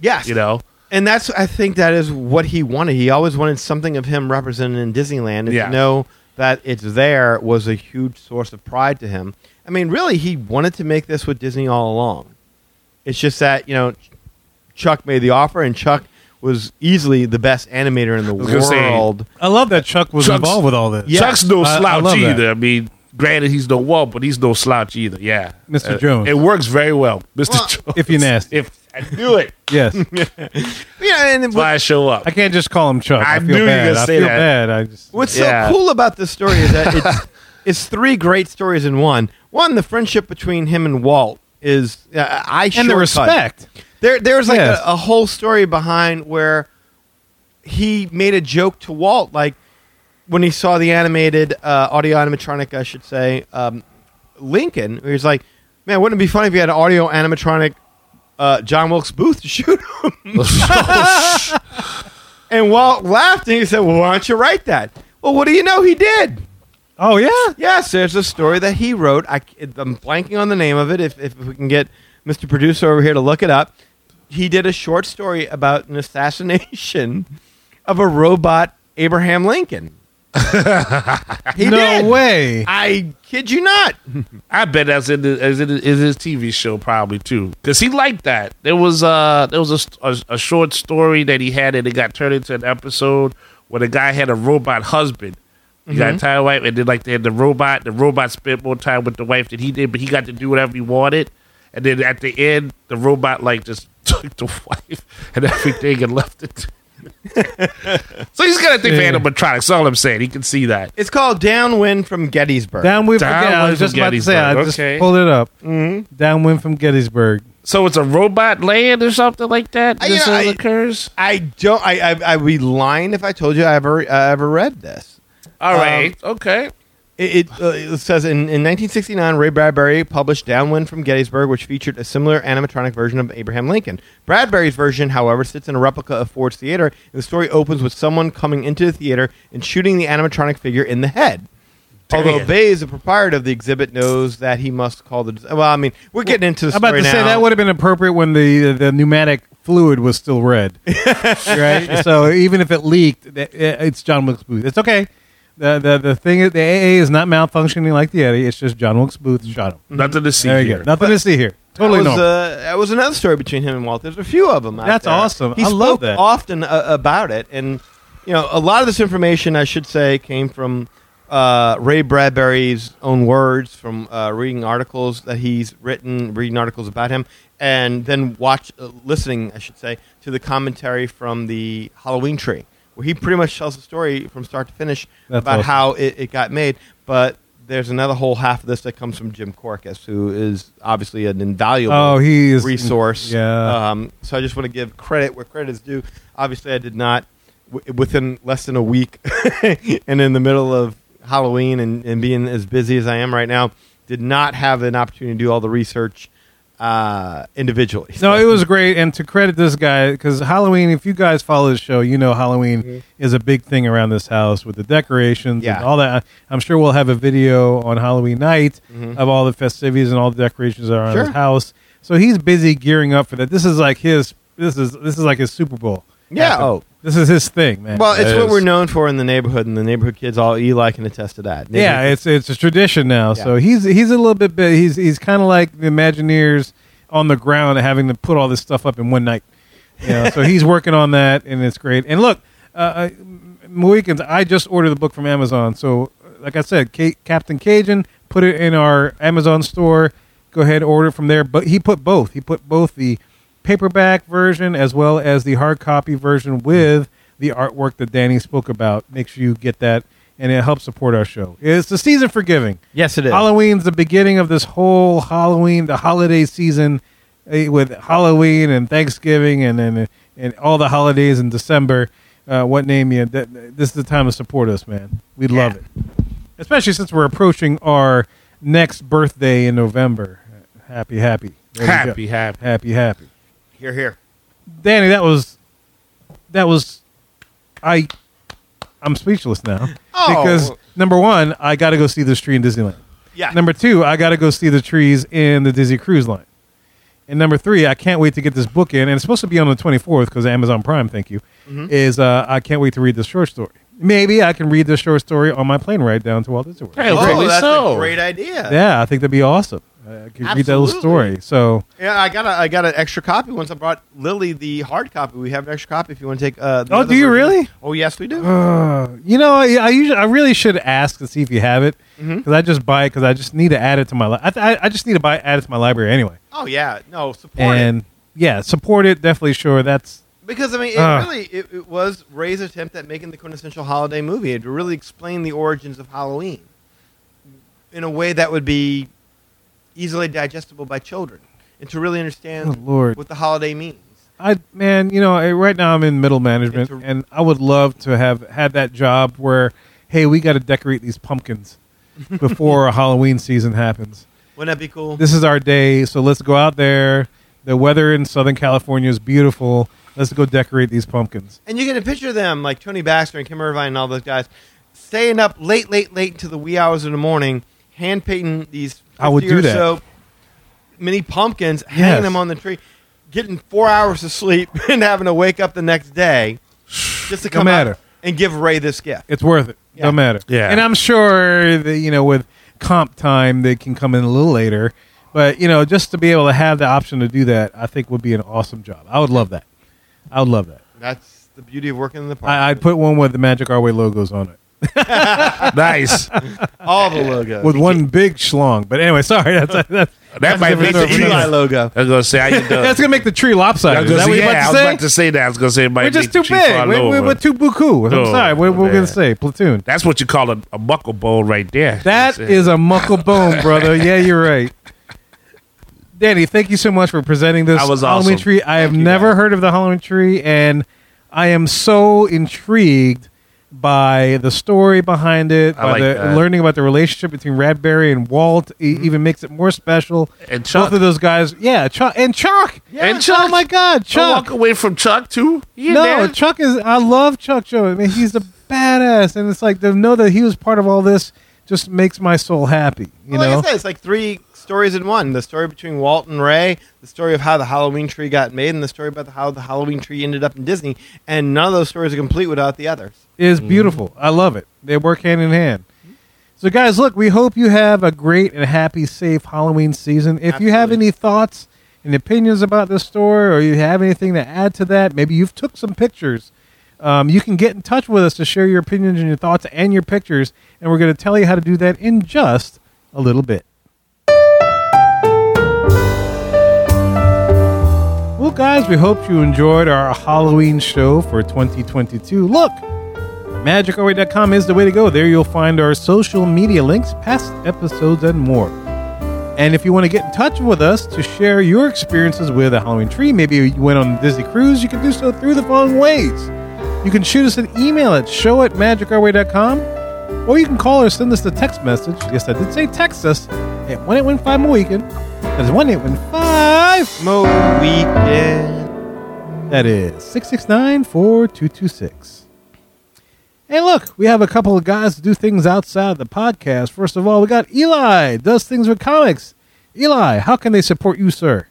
S3: yes,
S7: You know.
S3: and that's I think that is what he wanted. He always wanted something of him represented in Disneyland, and
S7: Yeah.
S3: to know that it's there was a huge source of pride to him. I mean, really, he wanted to make this with Disney all along. It's just that you know, Chuck made the offer, and Chuck was easily the best animator in the
S7: was gonna say-
S3: world.
S2: I love that Chuck was
S7: Chuck's-
S2: involved with all this.
S3: Yeah.
S7: Chuck's no
S2: I- I
S7: slouch
S2: love that.
S7: either. I mean, granted, he's no Walt, but he's no slouch either. Yeah,
S2: Mr.
S7: Uh,
S2: Jones.
S7: It works very well, Mr.
S3: Well,
S7: Jones.
S2: if you're nasty.
S7: if I knew it,
S2: Yes,
S3: yeah, and
S7: that's why I show up.
S2: I can't just call him Chuck. I,
S7: I
S2: feel
S7: knew you were
S2: bad.
S7: gonna
S2: I
S7: say
S2: feel
S7: that.
S2: bad. I just
S3: What's
S7: Yeah.
S3: so cool about this story is that it's, it's three great stories in one. One, the friendship between him and Walt is uh, I
S2: and the
S3: shortcut.
S2: respect.
S3: There, there's like
S2: Yes.
S3: a, a whole story behind where he made a joke to Walt, like when he saw the animated uh, audio animatronic, I should say, um, Lincoln. Where he's like, "Man, wouldn't it be funny if you had an audio animatronic uh, John Wilkes Booth to shoot him?" and Walt laughed and he said, "Well, why don't you write that?" Well, what do you know? He did.
S2: Oh yeah,
S3: Yes, there's a story that he wrote. I, am blanking on the name of it. If, if we can get Mr. Producer over here to look it up, he did a short story about an assassination of a robot Abraham Lincoln. he
S2: no
S3: did.
S2: way.
S3: I kid you not.
S7: I bet that's in the, is in, the, is his TV show probably too, because he liked that. There was uh there was a st- a, a short story that he had and it got turned into an episode where the guy had a robot husband He got a tire wipe, and then like they had the robot. The robot spent more time with the wife than he did, but he got to do whatever he wanted. And then at the end, the robot like just took the wife and everything and left it. so he's got a thing
S2: Yeah.
S7: for animatronics. All I'm saying, he can see that.
S3: It's called Downwind from Gettysburg.
S2: Downwind from,
S7: Downwind
S2: yeah, I was
S7: from
S2: just about to say, I
S7: Gettysburg,
S2: just
S7: okay. Mm-hmm.
S2: pulled it up. Downwind from Gettysburg.
S7: So it's a robot land or something like that.
S2: Uh,
S3: I-
S7: This
S3: you know,
S7: all
S3: I-
S7: occurs.
S3: I don't. I, I I'd be lying if I told you I ever uh, ever read this.
S2: Um,
S7: All right. okay.
S3: It, it, uh, it says in, in 1969, Ray Bradbury published Downwind from Gettysburg, which featured a similar animatronic version of Abraham Lincoln. Bradbury's version, however, sits in a replica of Ford's Theater, and the story opens with someone coming into the theater and shooting the animatronic figure in the head. Although
S7: Damn.
S3: Bays, the proprietor of the exhibit, knows that he must call the. Well, I mean, we're getting into the
S2: I'm about
S3: story
S2: to say
S3: now.
S2: that would have been appropriate when the the pneumatic fluid was still red, right? So even if it leaked, it- it's John Wilkes Booth. It's okay. The the the thing is, the AA is not malfunctioning like the Eddie. It's just John Wilkes Booth shot him.
S7: Nothing to see
S2: There you
S7: here.
S2: go. Nothing to see here. Totally
S3: that was,
S2: normal.
S3: uh, that was another story between him and Walt. There's a few of them. out
S2: That's
S3: there.
S2: awesome.
S3: He
S2: I
S3: spoke
S2: love that.
S3: often uh, about it, and you know, a lot of this information, I should say, came from uh, Ray Bradbury's own words, from uh, reading articles that he's written, reading articles about him, and then watch, uh, listening, I should say, to the commentary from the Halloween tree, where he pretty much tells the story from start to finish
S2: That's
S3: about
S2: awesome.
S3: how it, it got made, but. There's another whole half of this that comes from Jim Corcus, who is obviously an invaluable
S2: Oh, he is-
S3: resource.
S2: yeah.
S3: Um, so I just want to give credit where credit is due. Obviously, I did not w- within less than a week, and in the middle of Halloween and, and being as busy as I am right now, did not have an opportunity to do all the research uh, individually.
S2: No, it was great, and to credit this guy because Halloween. If you guys follow the show, you know Halloween is a big thing around this house with the decorations
S3: Mm-hmm. Yeah.
S2: and all that. I'm sure we'll have a video on Halloween night of all the festivities and all the decorations around
S3: Mm-hmm. Sure.
S2: his house. So he's busy gearing up for that. This is like his. This is this is like his Super Bowl.
S3: Yeah, oh.
S2: this is his thing, man.
S3: well, it's what
S2: Yes.
S3: we're known for in the neighborhood, and the neighborhood kids all Eli can attest to that.
S2: Yeah,
S3: Neighborhood-
S2: it's it's a tradition now. So he's he's a little bit bit he's he's kind of like the Imagineers on the ground, having to put all this stuff up in one night. You know, so he's working on that, and it's great. And look, uh, weekends I just ordered the book from Amazon. So like I said, Ca Captain Cajun put it in our Amazon store. Go ahead, order it from there. But he put both. He put both the paperback version as well as the hard copy version with the artwork that Danny spoke about. Make sure you get that, and it helps support our show. It's the season for giving.
S3: Yes, it is.
S2: Halloween's the beginning of this whole Halloween, the holiday season, eh, with Halloween and Thanksgiving and and, and all the holidays in December. Uh, what name you? That, this is the time to support us, man. We'd love it, especially since we're approaching our next birthday in November. Happy, happy, There we go.
S7: Happy, happy.
S2: happy, happy.
S3: Here, here.
S2: Danny, that was that was I. I'm speechless now
S3: Oh.
S2: because number one, I got to go see the tree in Disneyland.
S3: Yeah.
S2: Number two, I got to go see the trees in the Disney Cruise Line. And number three, I can't wait to get this book in, and it's supposed to be on the 24th because Amazon Prime. Thank you.
S3: Mm-hmm.
S2: Is uh, I can't wait to read this short story. Maybe I can read this short story on my plane ride down to Walt Disney World.
S7: Hey,
S3: Oh,
S7: rightly
S3: that's
S7: so.
S3: a great idea.
S2: Yeah, I think that'd be awesome. I could read that little
S3: Absolutely.
S2: story. So
S3: Yeah, I got a, I got an extra copy once. I brought Lily the hard copy. We have an extra copy if you want to take. Uh, the
S2: Oh,
S3: other
S2: do you
S3: version.
S2: really? Uh-huh.
S3: Oh, yes, we do.
S2: uh, You know, I, I usually I really should ask to see if you have it
S3: Mm-hmm.
S2: because I just buy it because I just need to add it to my. Li- I, th- I I just need to buy add it to my library anyway.
S3: oh, yeah. No, support
S2: And
S3: it.
S2: yeah, support it definitely. Sure, that's
S3: because I mean, it
S2: Ah.
S3: really it, it was Ray's attempt at making the quintessential holiday movie. It really explained the origins of Halloween in a way that would be easily digestible by children, and to really understand
S2: Good Oh, Lord.
S3: what the holiday means.
S2: I man, you know, I- right now I'm in middle management,
S3: It's a-
S2: and I would love to have had that job where, hey, we got to decorate these pumpkins before Halloween season happens.
S3: Wouldn't that be cool?
S2: This is our day, so let's go out there. The weather in Southern California is beautiful. Let's go decorate these pumpkins.
S3: and you get a picture of them, like Tony Baxter and Kim Irvine and all those guys, staying up late, late, late to the wee hours of the morning, hand painting these.
S2: I would
S3: 50
S2: do
S3: or
S2: that.
S3: So many pumpkins, hanging
S2: Yes.
S3: them on the tree, getting four hours of sleep, and having to wake up the next day just to
S2: No
S3: come out
S2: matter.
S3: and give Ray this gift.
S2: It's worth it,
S3: Yeah.
S2: no matter.
S7: Yeah.
S2: and I'm sure that you know with comp time they can come in a little later, but you know just to be able to have the option to do that, I think would be an awesome job. I would love that. I would love that.
S3: That's the beauty of working in the park.
S2: I, I'd put one with the Magic Our Way logos on it.
S7: nice.
S3: All the
S7: Uh,
S3: logos.
S2: with one big schlong. But anyway, sorry. That's, that's,
S7: That might be
S2: different than
S7: the tree.
S2: a
S3: Eli
S7: I
S3: logo.
S7: was gonna say how you doing.
S2: that's gonna make the tree
S7: I
S2: lopsided.
S7: was
S2: Is
S7: gonna
S2: that
S7: say,
S2: what you're
S7: yeah,
S2: about
S7: I was
S2: to say?
S7: about to say that. I was gonna say it might
S2: we're
S7: be
S2: just too
S7: too far
S2: big. We're, we're,
S7: lower.
S2: we're too buku. I'm
S7: Oh,
S2: sorry. We're, we're
S7: man.
S2: gonna say platoon.
S7: That's what you call a, a muckle bowl right there.
S2: That
S7: That's it.
S2: is a muckle bone, brother. Yeah, you're right. Danny, thank you so much for presenting this
S7: That was
S2: Halloween
S7: awesome.
S2: tree. I have never heard of the Halloween tree, and I am so intrigued by the story behind it,
S7: I
S2: by
S7: like
S2: the
S7: that. Mm-hmm.
S2: learning about the relationship between Radberry and Walt. It even makes it more special.
S7: And Chuck.
S2: Both of those guys, yeah, Chuck and Chuck.
S7: And Chuck.
S2: Oh my God,
S7: Don't
S2: Chuck!
S7: walk away from Chuck too. He
S2: no,
S7: there.
S2: Chuck is. I love Chuck Joe. I mean, he's a badass, and it's like to know that he was part of all this just makes my soul happy. You
S3: Well,
S2: know,
S3: like I said, it's like three stories in one: the story between Walt and Ray, the story of how the Halloween tree got made, and the story about how the Halloween tree ended up in Disney. And none of those stories are complete without the others.
S2: is beautiful. I love it. They work hand in hand. So, guys, look, we hope you have a great and happy, safe Halloween season. If you have
S3: Absolutely.
S2: any thoughts and opinions about this story, or you have anything to add to that, maybe you've took some pictures. Um, you can get in touch with us to share your opinions and your thoughts and your pictures, and we're going to tell you how to do that in just a little bit. Well, guys, we hope you enjoyed our Halloween show for 2022. Look, MagicAway.com is the way to go. There you'll find our social media links, past episodes, and more. And if you want to get in touch with us to share your experiences with a Halloween tree, maybe you went on a Disney cruise, you can do so through the following ways. You can shoot us an email at show at magicourway.com, or you can call or send us a text message. Yes, I did say text us at 1815 Weekend. That is 1815.
S3: Mo weekend.
S2: That is 669 4226. Hey, look, we have a couple of guys that do things outside of the podcast. First of all, we got Eli, does things with comics. Eli, how can they support you, sir?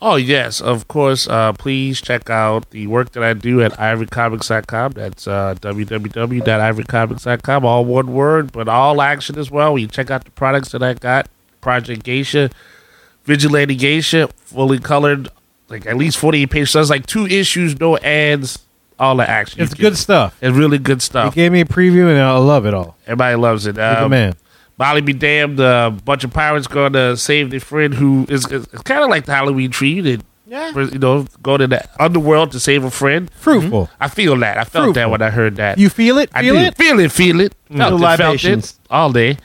S7: Oh, yes, of course. Uh, please check out the work that I do at ivorycomics.com. That's uh, www.ivorycomics.com, all one word, but all action as well. You check out the products that I got Project Geisha, Vigilante Geisha, fully colored, like at least 48 pages. So that's like two issues, no ads, all the action.
S2: It's
S7: You
S2: good
S7: get-
S2: stuff.
S7: It's really good
S2: He
S7: stuff.
S2: gave me a preview, and I love it all.
S7: Everybody loves it.
S2: Like a
S7: Um,
S2: man.
S7: Molly be damned, a bunch of pirates going to save their friend who is, is, it's kind of like the Halloween tree that,
S3: Yeah.
S7: you know, go to the underworld to save a friend.
S2: Fruitful.
S7: I feel that. I felt that
S2: Fruitful.
S7: when I heard that.
S2: You feel it?
S7: mm-hmm. I
S2: Feel
S7: do.
S2: it?
S7: Feel it, feel it. Felt
S3: Little
S7: it, felt it
S3: libations.
S7: all day.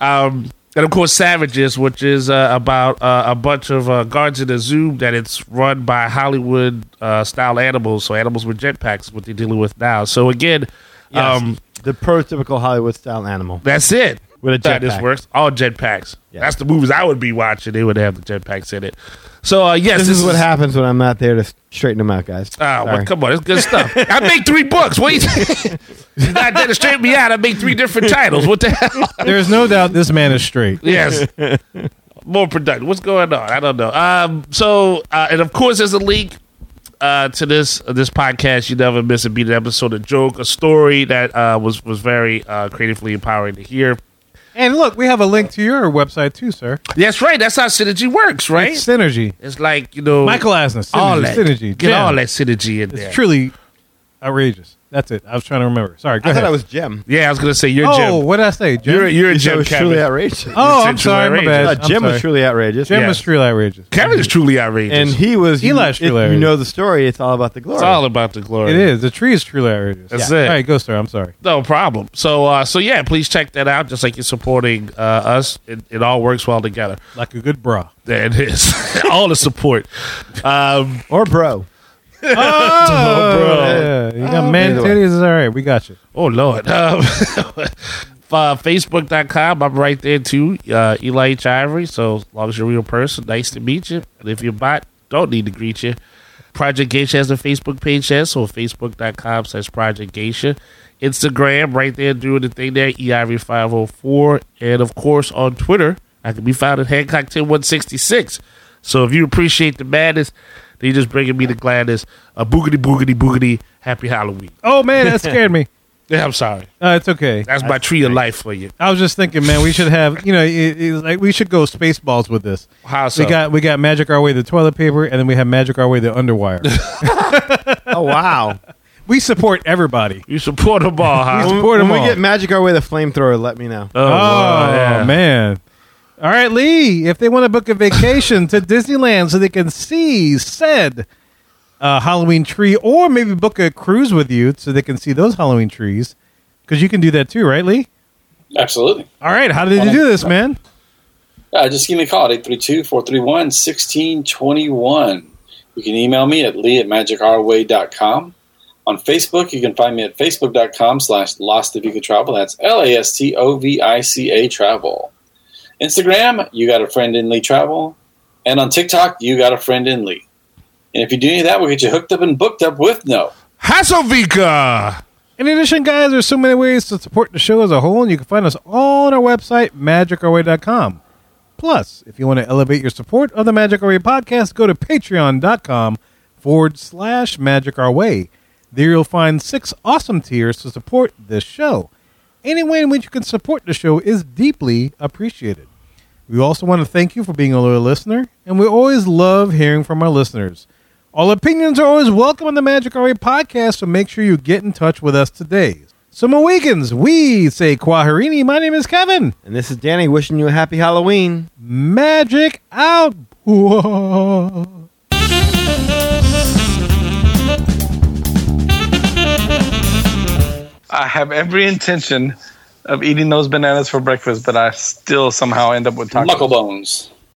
S7: Um, and of course, Savages, which is uh, about uh, a bunch of uh, guards in a zoo that it's run by Hollywood uh, style animals. So animals with jetpacks, is what they're dealing with now. So again,
S3: Yes.
S7: um,
S3: the prototypical Hollywood style animal.
S7: that's it.
S3: With a
S7: That's how
S3: jetpack.
S7: This works. All jetpacks.
S3: Yeah.
S7: That's the movies I would be watching. They would have the jetpacks in it. So uh, yes,
S3: This, is, what happens when I'm not there to straighten them out, guys.
S7: Ah, well,
S3: Sorry.
S7: come on, it's good stuff. I make three books. Wait, you not there to straighten me out. I make three different titles. What the hell?
S2: There's no doubt this man is straight.
S7: Yes. More productive. What's going on? I don't know. Um, so, uh, and of course, there's a link uh, to this this podcast. You never miss a beat an episode, a joke, a story that uh, was was very uh, creatively empowering to hear.
S2: And look, we have a link to your website, too, sir.
S7: That's right. That's how synergy works, right?
S2: It's Synergy.
S7: It's like you know,
S2: Michael Eisner, Synergy.
S7: all that
S2: synergy.
S7: Get
S2: Gem.
S7: all that synergy in
S2: It's
S7: there.
S2: truly outrageous. That's it. I was trying to remember. Sorry. Go
S3: I
S2: ahead.
S3: thought I was Jim.
S7: Yeah, I was gonna say you're
S2: Oh, what did I say?
S7: Jim.
S2: Jim?
S7: You're you're a
S3: Jim
S7: Jim.
S3: was
S7: Kevin.
S3: truly outrageous.
S2: oh, I'm
S7: Essentially
S2: sorry. My
S7: outrageous.
S2: bad.
S3: Uh,
S2: I'm
S3: Jim was
S2: sorry.
S3: truly outrageous.
S2: Jim
S7: Yeah.
S2: was truly outrageous.
S7: Kevin is truly outrageous.
S3: And he was.
S2: Eli's
S3: you,
S2: truly
S3: if you know the story. It's all about the glory.
S7: It's all about the glory.
S2: It is. The tree is truly outrageous.
S7: That's
S2: Yeah.
S7: it.
S2: All right, go, sir. I'm sorry.
S7: No problem. So, uh, so yeah, please check that out. Just like you're supporting uh, us, it, it all works well together.
S2: Like a good bra.
S7: There it is. all the support. Um,
S3: or bro.
S2: Oh,
S7: bro.
S2: Yeah, you got man
S3: either way.
S2: titties. Is all right. We got you.
S7: oh Lord. Um, uh, Facebook.com. I'm right there too. Uh, Eli H. Ivory. So as long as you're a real person, nice to meet you. And if you're a bot, don't need to greet you. Project Geisha has a Facebook page there, so facebook.com slash Project Geisha. Instagram, right there, doing the thing there, E EIV504. And of course, on Twitter, I can be found at Hancock10166. So if you appreciate the madness, then you're just bringing me the gladness. A boogity, boogity, boogity. Happy Halloween.
S2: Oh man, that scared me.
S7: Yeah, I'm sorry.
S2: Uh, it's okay.
S7: That's my tree of life for you.
S2: I was just thinking, man, we should have, you know, it, it's like we should go spaceballs with this.
S7: How so?
S2: We got we got magic our way the toilet paper, and then we have magic our way the underwire.
S3: Oh wow.
S2: We support everybody.
S7: You support them all, huh?
S2: He's-
S3: When,
S2: Support 'em
S3: when we
S2: all.
S3: get Magic Our Way, the flamethrower, let me know.
S7: oh,
S2: Oh,
S7: yeah.
S2: man. All right, Lee, if they want to book a vacation to Disneyland so they can see said uh, Halloween tree, or maybe book a cruise with you so they can see those Halloween trees, because you can do that too, right, Lee?
S8: Absolutely.
S2: All right, how did you do this, man?
S8: Yeah, just give me a call at 832-431-1621. You can email me at lee at magicourway.com. On Facebook, you can find me at facebook.com slash Las Vica Travel. That's L-A-S-T-O-V-I-C-A Travel. Instagram, you got a friend in Lee Travel. And on TikTok, you got a friend in Lee. And if you do any of that, we'll get you hooked up and booked up with no.
S7: Hasselvika.
S2: In addition, guys, there's so many ways to support the show as a whole, and you can find us all on our website, magicourway.com. Plus, if you want to elevate your support of the Magic Our Way podcast, go to patreon.com forward slash magic our way. There you'll find six awesome tiers to support this show. Any way in which you can support the show is deeply appreciated. We also want to thank you for being a loyal listener, and we always love hearing from our listeners. All opinions are always welcome on the Magic Array podcast, so make sure you get in touch with us today. So, Mohicans, we say Quaharini. My name is Kevin.
S3: And this is Danny wishing you a happy Halloween.
S2: Magic out. Whoa.
S9: I have every intention of eating those bananas for breakfast, but I still somehow end up with tacos.
S8: Knuckle bones.